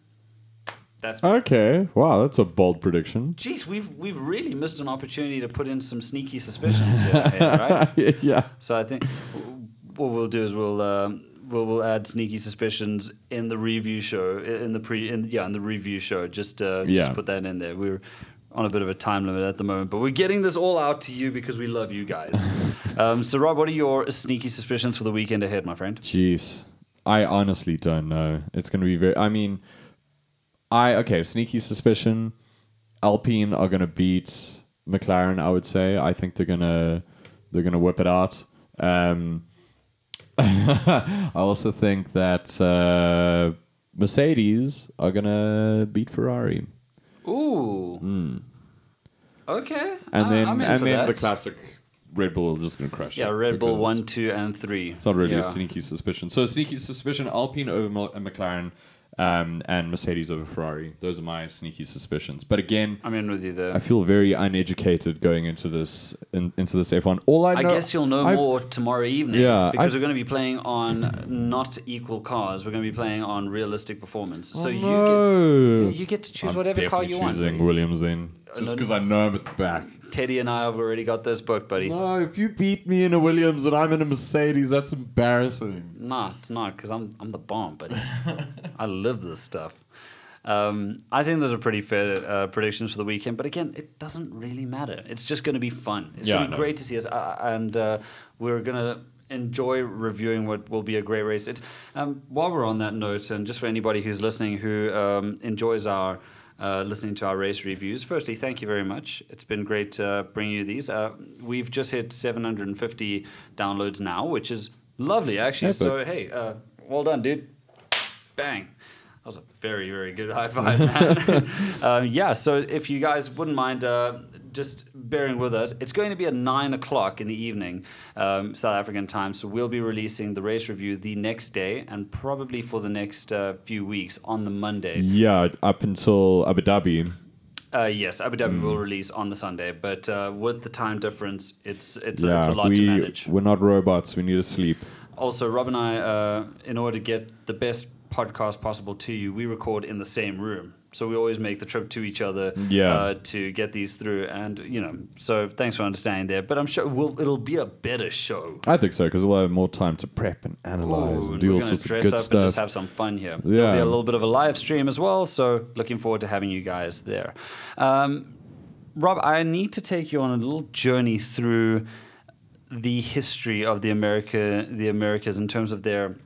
Speaker 1: That's.
Speaker 2: okay. Wow, that's a bold prediction. [laughs]
Speaker 1: Jeez, we've we've really missed an opportunity to put in some sneaky suspicions, here, [laughs] here, right?
Speaker 2: yeah.
Speaker 1: So I think w- what we'll do is we'll um, we'll, we'll add sneaky suspicions in the review show i- in the pre in yeah in the review show just uh,
Speaker 2: Yeah.
Speaker 1: just put that in there. We're on a bit of a time limit at the moment, but we're getting this all out to you because we love you
Speaker 2: [laughs]
Speaker 1: guys. um, so Rob, what are your sneaky suspicions for the weekend ahead, my friend?
Speaker 2: Jeez, I honestly don't know. It's going to be very. I mean, I okay. Sneaky suspicion. Alpine are going to beat McLaren. I would say. I think they're gonna they're gonna whip it out. Um, [laughs] I also think that uh, Mercedes are gonna beat Ferrari,
Speaker 1: Ooh. Okay.
Speaker 2: Hmm. and
Speaker 1: I-
Speaker 2: then
Speaker 1: Ah, I'm in
Speaker 2: and
Speaker 1: for
Speaker 2: then the
Speaker 1: that.
Speaker 2: classic Red Bull are just gonna crash.
Speaker 1: Yeah,
Speaker 2: it
Speaker 1: Red Bull
Speaker 2: because-
Speaker 1: one, two, and three.
Speaker 2: It's not really
Speaker 1: yeah.
Speaker 2: a sneaky suspicion. So sneaky suspicion: Alpine over Mo- uh, McLaren, um, and Mercedes over Ferrari. Those are my sneaky suspicions. But again,
Speaker 1: I'm in with you there.
Speaker 2: I feel very uneducated going into this in, into this F one. All I,
Speaker 1: I
Speaker 2: know,
Speaker 1: guess you'll know
Speaker 2: I've-
Speaker 1: more tomorrow evening.
Speaker 2: Yeah,
Speaker 1: because
Speaker 2: I've-
Speaker 1: we're going to be playing on not equal cars. We're going to be playing on realistic performance. so you
Speaker 2: no.
Speaker 1: get, you get to choose
Speaker 2: I'm
Speaker 1: whatever car
Speaker 2: definitely
Speaker 1: you
Speaker 2: choosing
Speaker 1: want.
Speaker 2: Williams then, just
Speaker 1: no,
Speaker 2: because I know I'm at the back.
Speaker 1: Teddy and I have already got this book, buddy.
Speaker 2: No, if you beat me in a Williams and I'm in a Mercedes, that's embarrassing.
Speaker 1: Nah, it's not because I'm I'm the bomb,
Speaker 2: [laughs]
Speaker 1: buddy. I love this stuff. Um, I think those are pretty fair uh, predictions for the weekend, but again, it doesn't really matter. It's just going to be fun. It's
Speaker 2: Yeah,
Speaker 1: going to be
Speaker 2: I know.
Speaker 1: great to see us, uh, and uh, we're going to enjoy reviewing what will be a great race. It, um, while we're on that note, and just for anybody who's listening who um, enjoys our uh, listening to our race reviews, firstly, thank you very much. It's been great uh, bringing you these. Uh, we've just hit 750 downloads now, which is lovely, actually.
Speaker 2: Epic.
Speaker 1: So hey, uh, well done, dude. Bang. That was a very, very good high five, man. [laughs] um, yeah, so if you guys wouldn't mind uh, just bearing with us, it's going to be at 9 o'clock in the evening, um, South African time. So we'll be releasing the race review the next day and probably for the next uh, few weeks on the Monday.
Speaker 2: Yeah, up until Abu Dhabi.
Speaker 1: Uh, yes, Abu Dhabi will release on the Sunday, but uh, with the time difference, it's, it's, a, it's a lot
Speaker 2: we,
Speaker 1: to manage.
Speaker 2: We're not robots. We need to sleep.
Speaker 1: Also, Rob and I, uh, in order to get the best podcast possible to you, we record in the same room. So we always make the trip to each other
Speaker 2: Yeah.
Speaker 1: uh, to get these through. And, you know, so thanks for understanding there. But I'm sure we'll, it'll be a better show.
Speaker 2: I think so because we'll have more time to prep and analyze
Speaker 1: Ooh,
Speaker 2: and
Speaker 1: and
Speaker 2: do
Speaker 1: we're
Speaker 2: all
Speaker 1: going
Speaker 2: sorts
Speaker 1: to
Speaker 2: of
Speaker 1: dress
Speaker 2: good
Speaker 1: up and
Speaker 2: stuff.
Speaker 1: just have some fun here.
Speaker 2: Yeah.
Speaker 1: There'll be a little bit of a live stream as well. So looking forward to having you guys there. Um, Rob, I need to take you on a little journey through the history of the America, the Americas, in terms of their,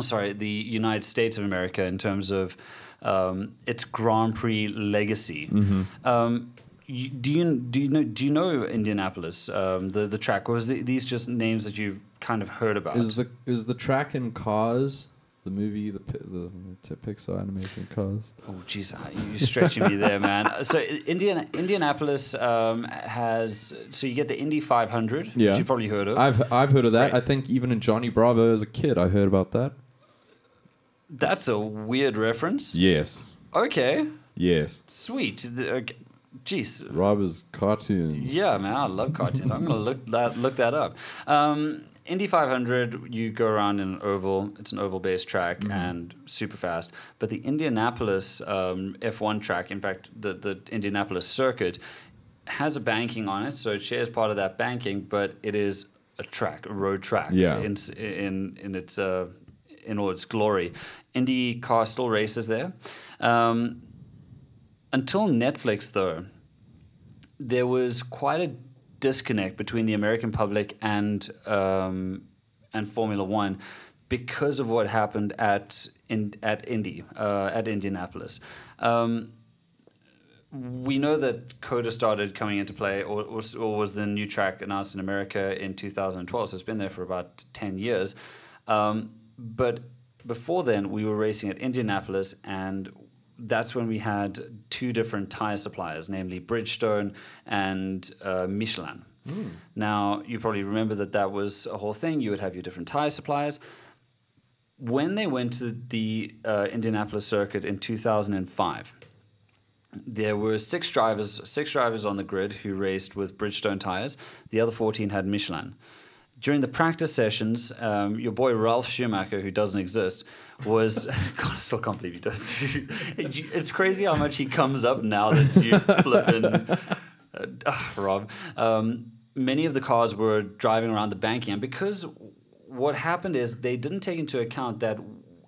Speaker 1: sorry, the United States of America, in terms of um, its Grand Prix legacy.
Speaker 2: Mm-hmm.
Speaker 1: Um, you, do you do you know do you know Indianapolis, um, the the track, or is it, these just names that you've kind of heard about?
Speaker 2: Is the is the track in Cars the movie the pi- the the Pixar animation Cars?
Speaker 1: Oh, jeez, uh, you're stretching me there, man. So I- Indiana, Indianapolis um, has so you get the Indy 500,
Speaker 2: Yeah.
Speaker 1: which you probably heard of.
Speaker 2: I've I've heard of that.
Speaker 1: Right.
Speaker 2: I think even in Johnny Bravo as a kid, I heard about that.
Speaker 1: That's a weird reference.
Speaker 2: Yes,
Speaker 1: Okay,
Speaker 2: yes.
Speaker 1: sweet. The- okay. Jeez,
Speaker 2: Robbers cartoons.
Speaker 1: Yeah, man, I love cartoons. I'm gonna look that look that up. Um, Indy 500, you go around in an oval. It's an oval-based track and super fast. But the Indianapolis um, F1 track, in fact, the the Indianapolis circuit, has a banking on it, so it shares part of that banking, but it is a track, a road track.
Speaker 2: Yeah.
Speaker 1: In s- in in its uh, in all its glory, Indy car still races there. Um, until Netflix, though, there was quite a disconnect between the American public and um, and Formula One because of what happened at in, at Indy uh, at Indianapolis. Um, we know that Coda started coming into play, or, or, s- or was the new track announced in America in 2012. So it's been there for about 10 years. Um, but before then, we were racing at Indianapolis, and that's when we had two different tire suppliers, namely Bridgestone and uh, Michelin. Now, you probably remember that that was a whole thing. You would have your different tire suppliers when they went to the uh, Indianapolis circuit in 2005, there were six drivers, six drivers on the grid who raced with Bridgestone tires. The other 14 had Michelin. During the practice sessions, um, your boy Ralph Schumacher, who doesn't exist, was [laughs] God. I still can't believe he does. [laughs] it's crazy how much he comes up now that you flipping uh, ah, [sighs] Rob. Um, many of the cars were driving around the banking, and because what happened is they didn't take into account that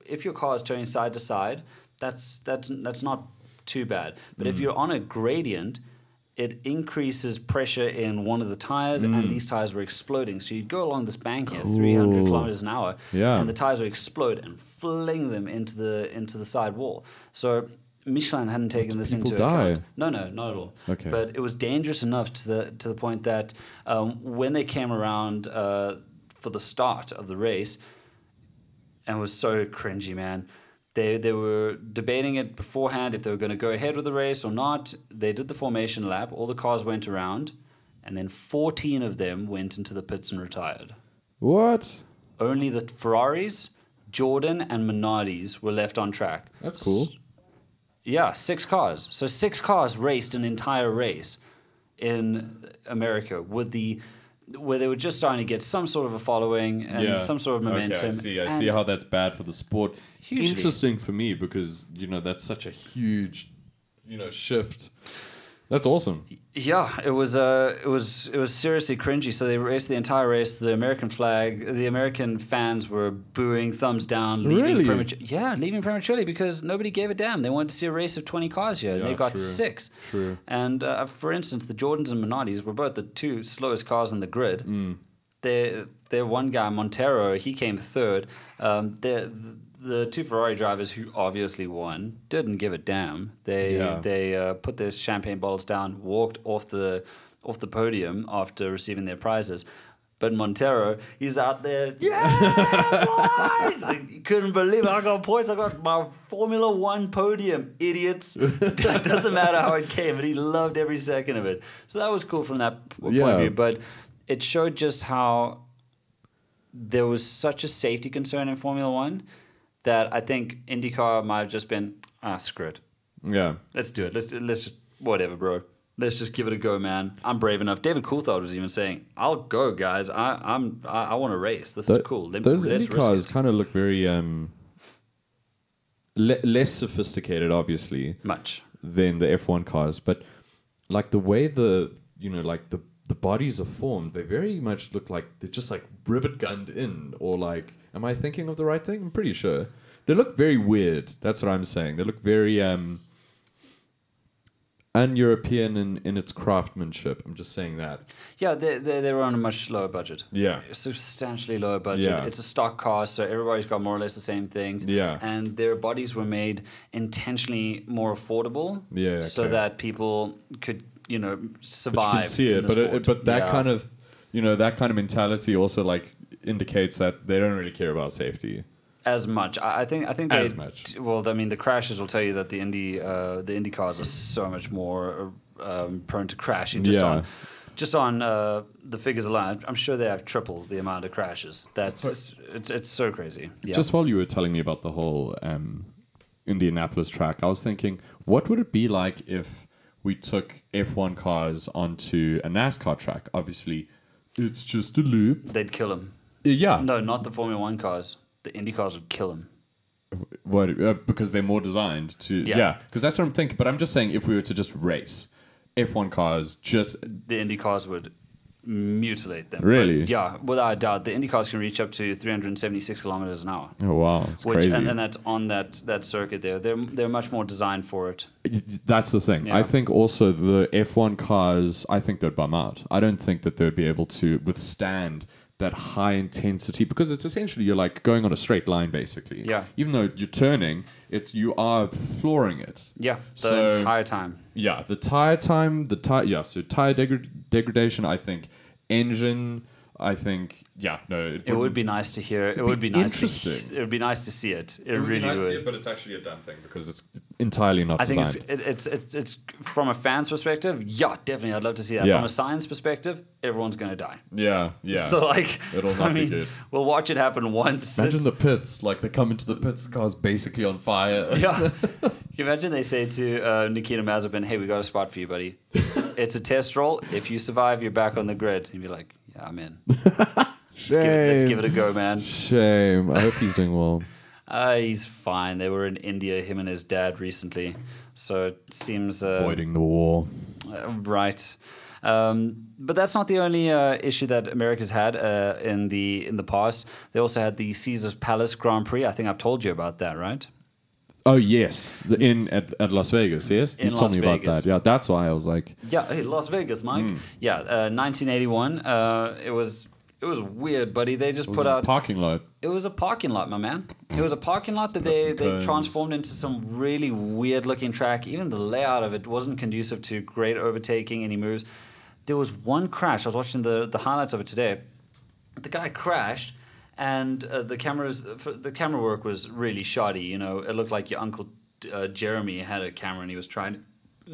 Speaker 1: if your car is turning side to side, that's that's that's not too bad. But
Speaker 2: Mm.
Speaker 1: if you're on a gradient, it increases pressure in one of the tires, and these tires were exploding. So you'd go along this banking at 300
Speaker 2: Mm. Cool.
Speaker 1: kilometers an hour,
Speaker 2: Yeah.
Speaker 1: and the tires would explode and fling them into the into the side wall. So Michelin hadn't taken this
Speaker 2: people
Speaker 1: into
Speaker 2: die?
Speaker 1: account. No, no, not at all.
Speaker 2: Okay.
Speaker 1: But it was dangerous enough to the to the point that um, when they came around uh, for the start of the race, and it was so cringy, man. They they were debating it beforehand if they were going to go ahead with the race or not. They did the formation lap. All the cars went around, and then fourteen of them went into the pits and retired.
Speaker 2: What?
Speaker 1: Only the Ferraris, Jordan, and Minardis were left on track.
Speaker 2: That's cool.
Speaker 1: Yeah, six cars. So six cars raced an entire race in America with the where they were just starting to get some sort of a following and some sort of momentum.
Speaker 2: Okay, I see. I
Speaker 1: and
Speaker 2: see how that's bad for the sport.
Speaker 1: Hugely.
Speaker 2: Interesting for me because you know that's such a huge, you know, shift. That's awesome.
Speaker 1: Yeah, it was uh, it was it was seriously cringy. So they raced the entire race. The American flag, the American fans were booing, thumbs down, leaving
Speaker 2: Really?
Speaker 1: prematurely. Yeah, leaving prematurely because nobody gave a damn. They wanted to see a race of twenty cars here. and
Speaker 2: Yeah,
Speaker 1: they got
Speaker 2: true.
Speaker 1: six.
Speaker 2: True.
Speaker 1: And uh, for instance, the Jordans and Minardis were both the two slowest cars on the grid. Mm. Their their one guy Montero, he came third. Um, their the two Ferrari drivers who obviously won didn't give a damn. They
Speaker 2: Yeah.
Speaker 1: they uh, put their champagne bottles down, walked off the off the podium after receiving their prizes. But Montero, he's out there, [laughs] yeah, boys! Like, He couldn't believe it. I got points. I got my Formula One podium, idiots. it doesn't matter how it came, but he loved every second of it. So that was cool from that p- point
Speaker 2: Yeah.
Speaker 1: of view. But it showed just how there was such a safety concern in Formula One that I think IndyCar might have just been ah screw it.
Speaker 2: Yeah.
Speaker 1: Let's do it. Let's let's just whatever, bro. Let's just give it a go, man. I'm brave enough. David Coulthard was even saying, "I'll go, guys. I, I'm I, I want to race. This is
Speaker 2: Tho-
Speaker 1: cool. Let,
Speaker 2: Those
Speaker 1: let's
Speaker 2: Indy
Speaker 1: risk
Speaker 2: cars
Speaker 1: it."
Speaker 2: kind of look very um, le- less sophisticated, obviously,
Speaker 1: much."
Speaker 2: than the F1 cars. But like the way the you know like the the bodies are formed, they very much look like they're just like rivet gunned in, or like, am I thinking of the right thing? I'm pretty sure they look very weird. That's what I'm saying. They look very um, un-European in, in its craftsmanship. I'm just saying that.
Speaker 1: Yeah, they they they were on a much lower budget.
Speaker 2: Yeah.
Speaker 1: substantially lower budget.
Speaker 2: Yeah.
Speaker 1: It's a stock car, so everybody's got more or less the same things.
Speaker 2: Yeah.
Speaker 1: And their bodies were made intentionally more affordable.
Speaker 2: Yeah,
Speaker 1: So
Speaker 2: okay.
Speaker 1: that people could, you know,
Speaker 2: but
Speaker 1: survive.
Speaker 2: you can see
Speaker 1: in
Speaker 2: it
Speaker 1: the
Speaker 2: but it,
Speaker 1: sport.
Speaker 2: but that
Speaker 1: Yeah.
Speaker 2: kind of you know that kind of mentality also like indicates that they don't really care about safety
Speaker 1: as much. I, I think. I think
Speaker 2: As
Speaker 1: they-
Speaker 2: much.
Speaker 1: Well, I mean, the crashes will tell you that the indie uh, the indie cars are so much more um, prone to crashing. Just
Speaker 2: Yeah.
Speaker 1: on just on uh, the figures alone, I'm sure they have triple the amount of crashes. That's it's, it's, it's so crazy. Yeah.
Speaker 2: just while you were telling me about the whole um, indianapolis track i was thinking what would it be like if we took f1 cars onto a nascar track obviously it's just a loop Uh,
Speaker 1: They'd kill him.
Speaker 2: yeah
Speaker 1: No, not the Formula One cars. The Indy cars would kill him.
Speaker 2: What, uh, because they're more designed to
Speaker 1: Yeah.
Speaker 2: yeah because that's what i'm thinking but i'm just saying if we were to just race f1 cars just
Speaker 1: The Indy cars would mutilate them.
Speaker 2: Really?
Speaker 1: But yeah, without a doubt. The Indy cars can reach up to 376 kilometers an hour.
Speaker 2: oh wow it's
Speaker 1: Which,
Speaker 2: crazy
Speaker 1: And, and that's on that, that circuit there. They're, they're much more designed for it.
Speaker 2: That's the thing.
Speaker 1: Yeah.
Speaker 2: I think also the F1 cars, I think they'd bum out. I don't think that they'd be able to withstand that high intensity because it's essentially you're like going on a straight line basically.
Speaker 1: Yeah.
Speaker 2: Even though you're turning, it's you are flooring it.
Speaker 1: Yeah, the
Speaker 2: So-
Speaker 1: entire time.
Speaker 2: Yeah, the tire time, the tire yeah, so tire degra- degradation, I think engine, I think yeah, no,
Speaker 1: It would be nice to hear. It would
Speaker 2: be
Speaker 1: be nice.
Speaker 2: interesting.
Speaker 1: To, it would be nice to see it. It,
Speaker 2: would be
Speaker 1: really
Speaker 2: nice to
Speaker 1: would.
Speaker 2: see it, but it's actually a dumb thing because it's entirely not
Speaker 1: I think
Speaker 2: designed.
Speaker 1: it's, it, it's it's it's from a fan's perspective. Yeah, definitely, I'd love to see that.
Speaker 2: Yeah.
Speaker 1: From a science perspective, everyone's gonna die.
Speaker 2: yeah,
Speaker 1: [laughs]
Speaker 2: yeah.
Speaker 1: So like,
Speaker 2: It'll
Speaker 1: I
Speaker 2: not be
Speaker 1: mean,
Speaker 2: good.
Speaker 1: we'll watch it happen once.
Speaker 2: Imagine
Speaker 1: It's-
Speaker 2: the pits. Like they come into the pits, the car's basically on
Speaker 1: [laughs]
Speaker 2: fire.
Speaker 1: yeah. Can you imagine they say to uh, Nikita Mazepin, "Hey, we got a spot for you,
Speaker 2: [laughs]
Speaker 1: buddy. It's a test roll. If you survive, you're back on the grid." And you'd be like, "Yeah, I'm
Speaker 2: [laughs]
Speaker 1: in. Let's give it, let's give it a go, man."
Speaker 2: [laughs] Shame. I hope he's doing
Speaker 1: [laughs]
Speaker 2: well.
Speaker 1: Uh, he's fine. They were in India, him and his dad, recently. So it seems uh,
Speaker 2: Avoiding the war.
Speaker 1: uh, right. Um, but that's not the only uh, issue that America's had uh, in the in the past. They also had the Caesar's Palace Grand Prix. I think I've told you about that, right?
Speaker 2: Oh yes, the in at, at Las Vegas. Yes,
Speaker 1: In
Speaker 2: you told
Speaker 1: Las
Speaker 2: me about
Speaker 1: Vegas.
Speaker 2: that. Yeah, that's why I was like,
Speaker 1: Yeah, hey, Las Vegas, Mike.
Speaker 2: Hmm.
Speaker 1: Yeah, uh, 1981. Uh, it was it was weird, buddy. They just
Speaker 2: was
Speaker 1: put
Speaker 2: it a
Speaker 1: out
Speaker 2: parking lot.
Speaker 1: It was a parking lot, my man. It was a parking lot that
Speaker 2: Put up
Speaker 1: they,
Speaker 2: some
Speaker 1: they
Speaker 2: cones.
Speaker 1: transformed into some really weird looking track. Even the layout of it wasn't conducive to great overtaking, any moves. There was one crash. I was watching the, the highlights of it today. The guy crashed, and uh, the cameras f- the camera work was really shoddy. You know, it looked like your uncle uh, Jeremy had a camera and he was trying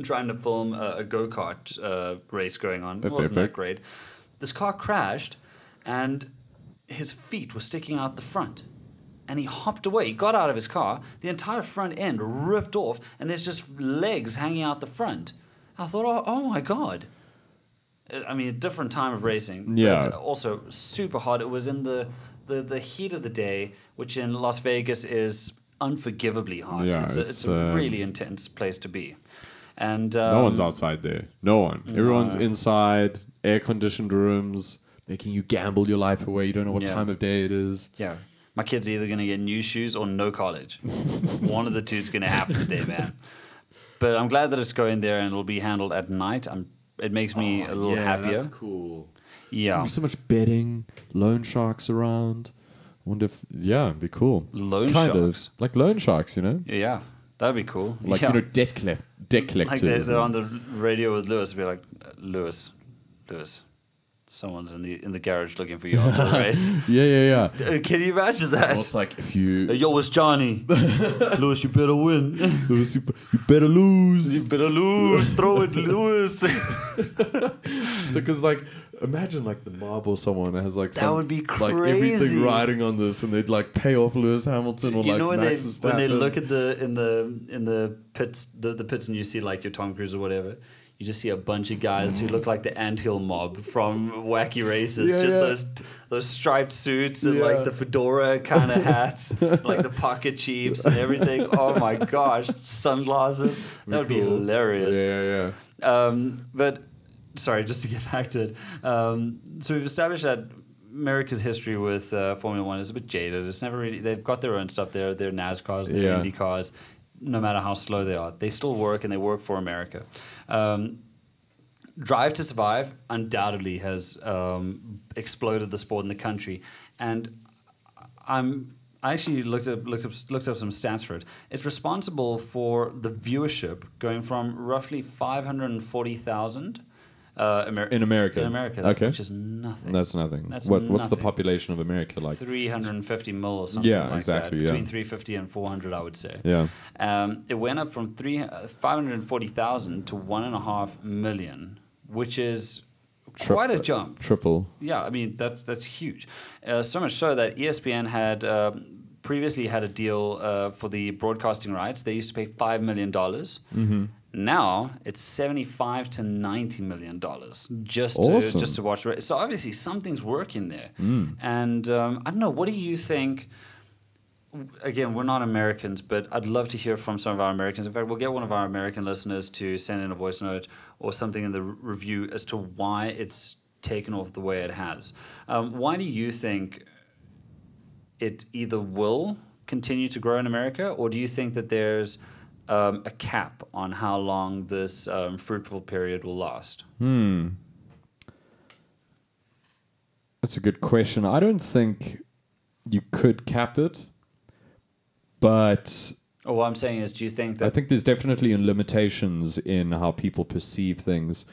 Speaker 1: trying to film a, a go kart uh, race going on.
Speaker 2: That's
Speaker 1: it wasn't that
Speaker 2: epic.
Speaker 1: great. This car crashed, and his feet were sticking out the front. And he hopped away. He got out of his car. The entire front end ripped off, and there's just legs hanging out the front. I thought, oh, oh my god. Uh, I mean, a different time of racing.
Speaker 2: Yeah.
Speaker 1: But also super hot. It was in the, the the heat of the day, which in Las Vegas is unforgivably hot.
Speaker 2: Yeah,
Speaker 1: it's a, it's,
Speaker 2: it's,
Speaker 1: a
Speaker 2: um,
Speaker 1: really intense place to be. And um,
Speaker 2: No one's outside there. No one. Everyone's inside, air conditioned rooms, making you gamble your life away. You don't know what
Speaker 1: Yeah.
Speaker 2: time of day it is.
Speaker 1: Yeah. My kid's either going to get new shoes or no college.
Speaker 2: [laughs]
Speaker 1: One of the two's going to happen today, man. But I'm glad that it's going there and it'll be handled at night. I'm, it makes me a little happier.
Speaker 2: cool.
Speaker 1: Yeah.
Speaker 2: So much betting, loan sharks around. Wonder if yeah, it'd be cool.
Speaker 1: Loan
Speaker 2: kind
Speaker 1: sharks.
Speaker 2: of like loan sharks, you know.
Speaker 1: Yeah. That'd be cool.
Speaker 2: like
Speaker 1: yeah.
Speaker 2: you know debt collect
Speaker 1: like
Speaker 2: debt
Speaker 1: they're,
Speaker 2: collectors.
Speaker 1: they're on the radio with Lewis. Be like, Lewis, Lewis, Someone's in the in the garage looking for you after the [laughs] race.
Speaker 2: Yeah, yeah, yeah.
Speaker 1: Uh, Can you imagine that?
Speaker 2: Well, it's like if you,
Speaker 1: Yo, it's [laughs] Johnny. Lewis, you better win.
Speaker 2: you better lose.
Speaker 1: [laughs] better lose. Throw it, [laughs] Lewis.
Speaker 2: [laughs] So, because like, imagine like the marble someone has like
Speaker 1: That
Speaker 2: some,
Speaker 1: would be
Speaker 2: like
Speaker 1: crazy.
Speaker 2: everything riding on this, and they'd like pay off Lewis Hamilton or
Speaker 1: you
Speaker 2: like
Speaker 1: know when they,
Speaker 2: Max
Speaker 1: when they
Speaker 2: Verstappen.
Speaker 1: look at the in the in the pits the, the pits and you see like your Tom Cruise or whatever, you just see a bunch of guys who look like the anthill mob from Wacky Races,
Speaker 2: Yeah,
Speaker 1: just
Speaker 2: yeah.
Speaker 1: those those striped suits and
Speaker 2: Yeah.
Speaker 1: like the fedora
Speaker 2: [laughs]
Speaker 1: kind of hats, like the pocket chiefs and everything. Oh my gosh, sunglasses. That would be
Speaker 2: cool.
Speaker 1: hilarious.
Speaker 2: yeah, yeah, yeah.
Speaker 1: Um, but sorry, just to get [laughs] back to it. Um, so we've established that America's history with uh, Formula One is a bit jaded. It's never really they've got their own stuff. Their their NASCARs, their
Speaker 2: Yeah.
Speaker 1: Indy cars. No matter how slow they are, they still work and they work for America. Um, Drive to Survive undoubtedly has um, exploded the sport in the country, and I'm I actually looked up looked up looked up some stats for it. It's responsible for the viewership going from roughly five hundred and forty thousand uh, Amer-
Speaker 2: In America.
Speaker 1: in America,
Speaker 2: Okay.
Speaker 1: which is nothing.
Speaker 2: That's nothing.
Speaker 1: That's
Speaker 2: what, What's the
Speaker 1: nothing.
Speaker 2: population of America like?
Speaker 1: 350 mil or something
Speaker 2: Yeah,
Speaker 1: like
Speaker 2: exactly,
Speaker 1: that.
Speaker 2: yeah.
Speaker 1: Between 350 and 400, I would say.
Speaker 2: Yeah.
Speaker 1: Um, it went up from three, uh, 540,000 to 1.5 million, which is quite a jump.
Speaker 2: Triple.
Speaker 1: Yeah, I mean that's that's huge. Uh, so much so that ESPN had um, previously had a deal uh, for the broadcasting rights. They used to pay five million dollars.
Speaker 2: Mm-hmm.
Speaker 1: Now it's seventy-five to ninety million dollars just to,
Speaker 2: Awesome. Mm.
Speaker 1: just to watch. the race. So obviously something's working there. And um, I don't know. What do you think? again, we're not Americans, but I'd love to hear from some of our Americans. In fact, we'll get one of our American listeners to send in a voice note or something in the r- review as to why it's taken off the way it has. Um, why do you think it either will continue to grow in America, or do you think that there's um, a cap on how long this um, fruitful period will last?
Speaker 2: Hmm. That's a good question. I don't think you could cap it, but
Speaker 1: Or what I'm saying is, do you think
Speaker 2: I
Speaker 1: that
Speaker 2: think there's definitely limitations in how people perceive things.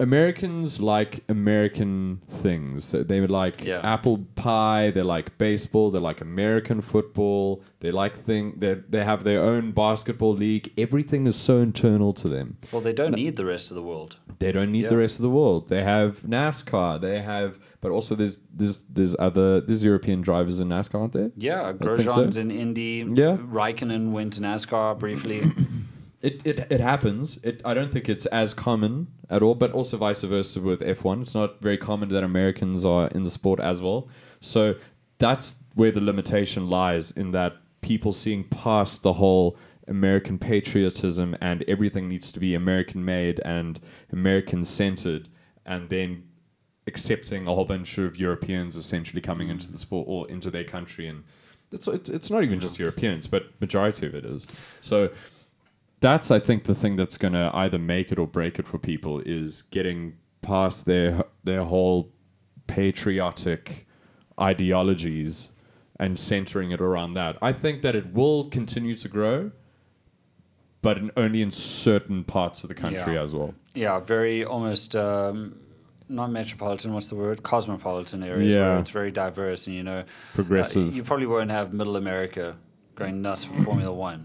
Speaker 2: Americans like American things. So They like
Speaker 1: Yeah.
Speaker 2: apple pie. They like baseball. They like American football. They like thing. They they have their own basketball league. Everything is so internal to them.
Speaker 1: well, they don't need the rest of the world?
Speaker 2: They don't need
Speaker 1: Yeah.
Speaker 2: the rest of the world. They have NASCAR. They have, but also there's there's there's other there's European drivers in NASCAR, aren't there?
Speaker 1: Yeah,
Speaker 2: think so.
Speaker 1: Grosjean's in Indy.
Speaker 2: Yeah.
Speaker 1: Raikkonen went to NASCAR briefly.
Speaker 2: It, it it happens. It I don't think it's as common at all, but also vice versa with F one. It's not very common that Americans are in the sport as well. So that's where the limitation lies in that people seeing past the whole American patriotism and everything needs to be American made and American centered, and then accepting a whole bunch of Europeans essentially coming into the sport or into their country and. It's, it's, it's not even just Europeans, but majority of it is. So that's I think the thing that's gonna either make it or break it for people is getting past their their whole patriotic ideologies and centering it around that. I think that it will continue to grow, but in, only in certain parts of the country
Speaker 1: Yeah. Uh,
Speaker 2: as well.
Speaker 1: yeah, very almost um, not metropolitan. What's the word? Cosmopolitan areas where
Speaker 2: Yeah.
Speaker 1: it's very diverse, and you know, uh,
Speaker 2: Progressive.
Speaker 1: you probably won't have Middle America going nuts for
Speaker 2: [clears throat]
Speaker 1: Formula One,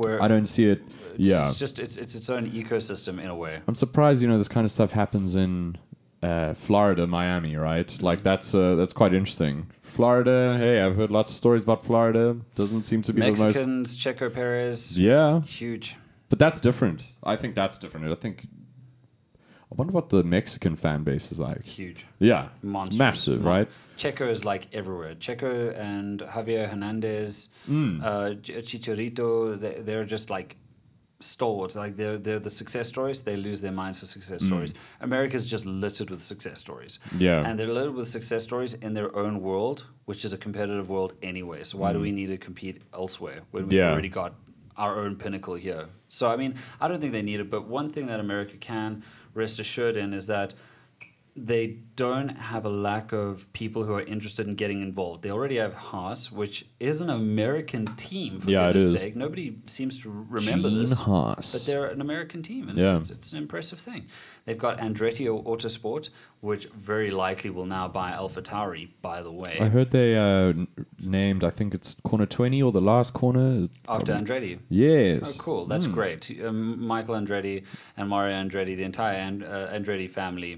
Speaker 1: where
Speaker 2: I don't see it.
Speaker 1: it's,
Speaker 2: Yeah,
Speaker 1: it's just it's it's its own ecosystem in a way.
Speaker 2: I'm surprised. You know, this kind of stuff happens in uh, Florida, Miami, right? Like
Speaker 1: Mm-hmm.
Speaker 2: that's uh, that's quite interesting. Florida. Hey, I've heard lots of stories about Florida. Doesn't seem to be the most
Speaker 1: Mexicans, Checo Perez,
Speaker 2: Yeah,
Speaker 1: huge.
Speaker 2: but that's different. I think that's different. I think. I wonder what the Mexican fan base is like.
Speaker 1: Huge.
Speaker 2: Yeah, it's
Speaker 1: Monstrous.
Speaker 2: massive, right?
Speaker 1: Checo is like everywhere. Checo and Javier Hernandez,
Speaker 2: Mm.
Speaker 1: uh, Ch- Chicharito, they, they're just like stalwarts. Like they're they're the success stories. They lose their minds for success stories. America's just littered with success stories.
Speaker 2: Mm. Yeah.
Speaker 1: and they're littered with success stories in their own world, which is a competitive world anyway. So why do we need to compete elsewhere when we
Speaker 2: Mm. Yeah.
Speaker 1: already got our own pinnacle here? So I mean, I don't think they need it. But one thing that America can rest assured in is that they don't have a lack of people who are interested in getting involved. They already have Haas, which is an American team. For
Speaker 2: Yeah, it
Speaker 1: goodness
Speaker 2: is.
Speaker 1: sake, nobody seems to remember this.
Speaker 2: Haas.
Speaker 1: But they're an American team, and
Speaker 2: Yeah.
Speaker 1: it's, it's an impressive thing. They've got Andretti Autosport, which very likely will now buy AlphaTauri. By the way,
Speaker 2: I heard they uh, n- named. I think it's corner twenty or the last corner.
Speaker 1: after Andretti. Oh,
Speaker 2: Yes.
Speaker 1: cool! That's great. Um, Michael Andretti and Mario Andretti, the entire and, uh, Andretti family,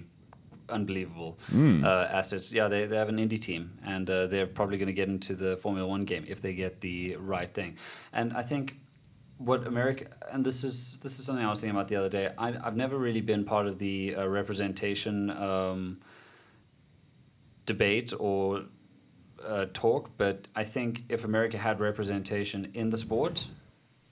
Speaker 1: unbelievable uh, assets. Yeah, they, they have an indie team, and uh, they're probably going to get into the Formula One game if they get the right thing. And I think what America and this is this is something I was thinking about the other day. I, I've never really been part of the uh, representation. Um, debate or uh, talk, but I think if America had representation in the sport,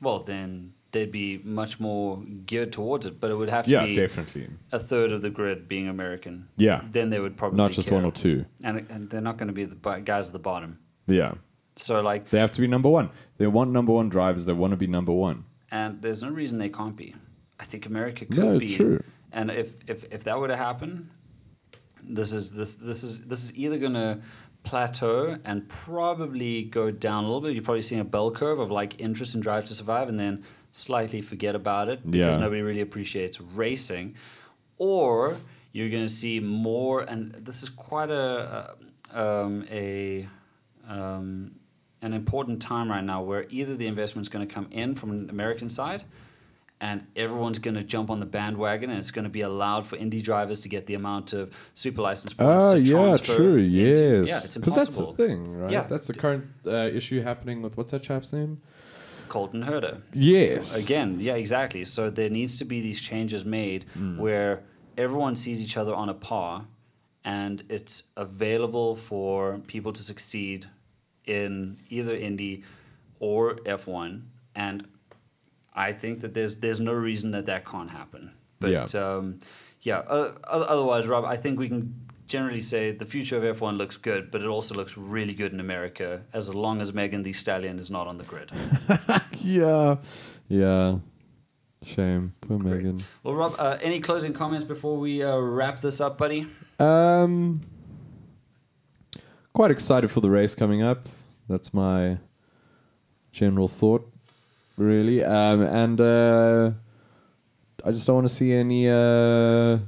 Speaker 1: well, then they'd be much more geared towards it. But it would have to
Speaker 2: Yeah,
Speaker 1: be
Speaker 2: definitely.
Speaker 1: a third of the grid being American.
Speaker 2: Yeah.
Speaker 1: Then they would probably
Speaker 2: Not just
Speaker 1: care.
Speaker 2: one or two.
Speaker 1: and, and they're not going to be the bu- guys at the bottom.
Speaker 2: Yeah.
Speaker 1: So like,
Speaker 2: They have to be number one. They want number one drivers. They want to be number one.
Speaker 1: and there's no reason they can't be. I think America could
Speaker 2: No,
Speaker 1: be.
Speaker 2: true.
Speaker 1: And if, if if that were to happen, this is this this is this is either gonna plateau and probably go down a little bit. You're probably seeing a bell curve of like interest in Drive to Survive, and then slightly forget about it because
Speaker 2: Yeah.
Speaker 1: nobody really appreciates racing, or you're gonna see more. And this is quite a uh, um, a um, an important time right now where either the investment's going to come in from an American side and everyone's going to jump on the bandwagon and it's going to be allowed for indie drivers to get the amount of super license points
Speaker 2: Oh
Speaker 1: to
Speaker 2: yeah,
Speaker 1: transfer.
Speaker 2: true.
Speaker 1: into-
Speaker 2: Yes.
Speaker 1: yeah, it's
Speaker 2: that's the
Speaker 1: impossible.
Speaker 2: thing, right?
Speaker 1: Yeah.
Speaker 2: That's the current uh, issue happening with what's that chap's name?
Speaker 1: Colton Herder.
Speaker 2: Yes.
Speaker 1: Again, yeah, exactly. So there needs to be these changes made where everyone sees each other on a par and it's available for people to succeed in either Indy or F1 and I think that there's there's no reason that that can't happen. But yeah, um, yeah uh, o- otherwise Rob, I think we can generally say the future of F1 looks good, but it also looks really good in America as long as Megan the Stallion is not on the grid.
Speaker 2: Yeah. Yeah. Shame. Poor
Speaker 1: Great.
Speaker 2: Megan.
Speaker 1: Well, Rob, uh, any closing comments before we uh, wrap this up, buddy?
Speaker 2: Um, quite excited for the race coming up. That's my general thought, really. Um, and uh, I just don't want to see any uh,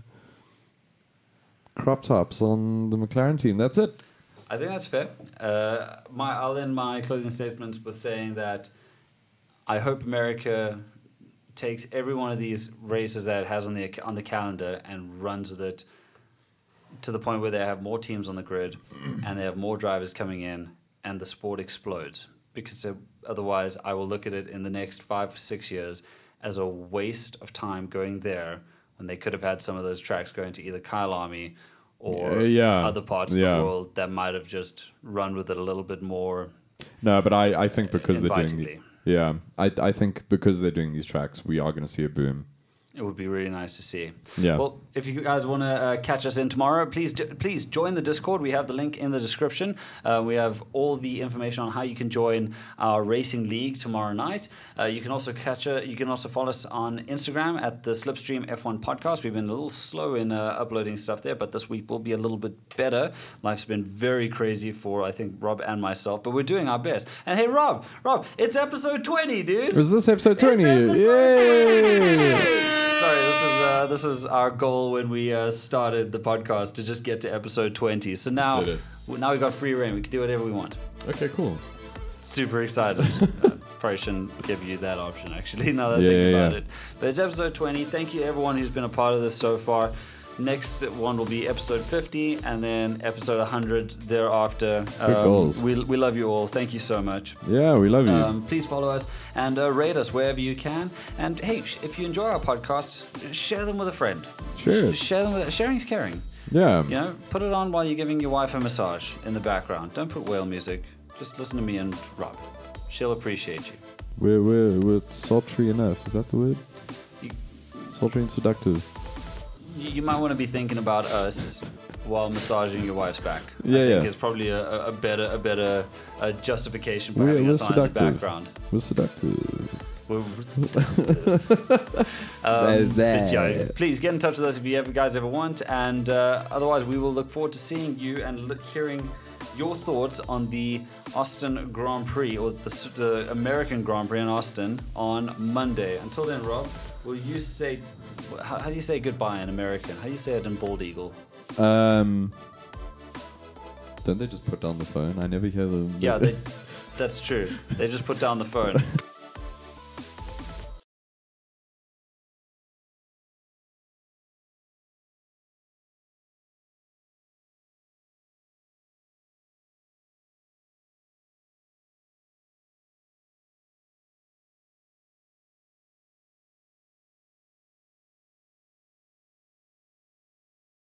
Speaker 2: crop tops on the McLaren team. That's it.
Speaker 1: I think that's fair. Uh, my, I'll end my closing statements with saying that I hope America takes every one of these races that it has on the on the calendar and runs with it to the point where they have more teams on the grid and they have more drivers coming in and the sport explodes because uh, otherwise I will look at it in the next 5 6 years as a waste of time going there when they could have had some of those tracks going to either Kyle Army or
Speaker 2: Uh, yeah.
Speaker 1: other parts of
Speaker 2: Yeah.
Speaker 1: the world that might have just run with it a little bit more
Speaker 2: No, but I, I think because they're doing
Speaker 1: invitingly.
Speaker 2: yeah, I, I think because they're doing these tracks, we are going to see a boom.
Speaker 1: It would be really nice to see.
Speaker 2: Yeah.
Speaker 1: Well, if you guys want to uh, catch us in tomorrow, please jo- please join the Discord. We have the link in the description. Uh, we have all the information on how you can join our racing league tomorrow night. Uh, you can also catch uh, you can also follow us on Instagram at the Slipstream F1 Podcast. We've been a little slow in uh, uploading stuff there, but this week will be a little bit better. Life's been very crazy for I think Rob and myself, but we're doing our best. And hey, Rob, Rob, it's episode twenty, dude.
Speaker 2: Is this episode twenty?
Speaker 1: It's episode
Speaker 2: Yay!
Speaker 1: 20. Sorry, this is uh, this is our goal when we uh, started the podcast to just get to episode twenty. So now,
Speaker 2: Did it.
Speaker 1: well, now we got free reign. We can do whatever we want.
Speaker 2: Okay, cool.
Speaker 1: Super
Speaker 2: [laughs]
Speaker 1: excited. uh, probably shouldn't give you that option actually. [laughs] Now that I
Speaker 2: Yeah,
Speaker 1: think
Speaker 2: yeah,
Speaker 1: about
Speaker 2: yeah.
Speaker 1: it, but it's episode twenty. Thank you everyone who's been a part of this so far. Next one will be episode 50 and then episode 100 thereafter. Um,
Speaker 2: goals.
Speaker 1: We, we love you all. Thank you so much.
Speaker 2: Yeah, we love you.
Speaker 1: Um, please follow us and uh, rate us wherever you can. And hey, sh- if you enjoy our podcast, share them with a friend.
Speaker 2: Share it.
Speaker 1: Share them. With, sharing's caring.
Speaker 2: yeah.
Speaker 1: You know, put it on while you're giving your wife a massage in the background. Don't put whale music. Just listen to me and Rob. She'll appreciate you.
Speaker 2: We're, we're, we're sultry enough. Is that the word?
Speaker 1: You,
Speaker 2: Sultry and seductive.
Speaker 1: you you might want to be thinking about us while massaging your wife's back.
Speaker 2: Yeah,
Speaker 1: I think
Speaker 2: yeah.
Speaker 1: is probably a, a- a better a better uh justification for
Speaker 2: We're,
Speaker 1: having
Speaker 2: we're
Speaker 1: us on in the
Speaker 2: seductive.
Speaker 1: background.
Speaker 2: We're seductive.
Speaker 1: Um,
Speaker 3: There's
Speaker 1: but yeah,
Speaker 3: that.
Speaker 1: please get in touch with us if you ever guys ever want, and uh, otherwise we will look forward to seeing you and look, hearing your thoughts on the Austin Grand Prix or the, s- the American Grand Prix in Austin on Monday. Until then, Rob, will you say wh- how, how do you say goodbye in American? How do you say it in Bald Eagle?
Speaker 2: Um, don't they just put down the phone? I never hear them.
Speaker 1: Yeah, they, that's true. They just put down the phone.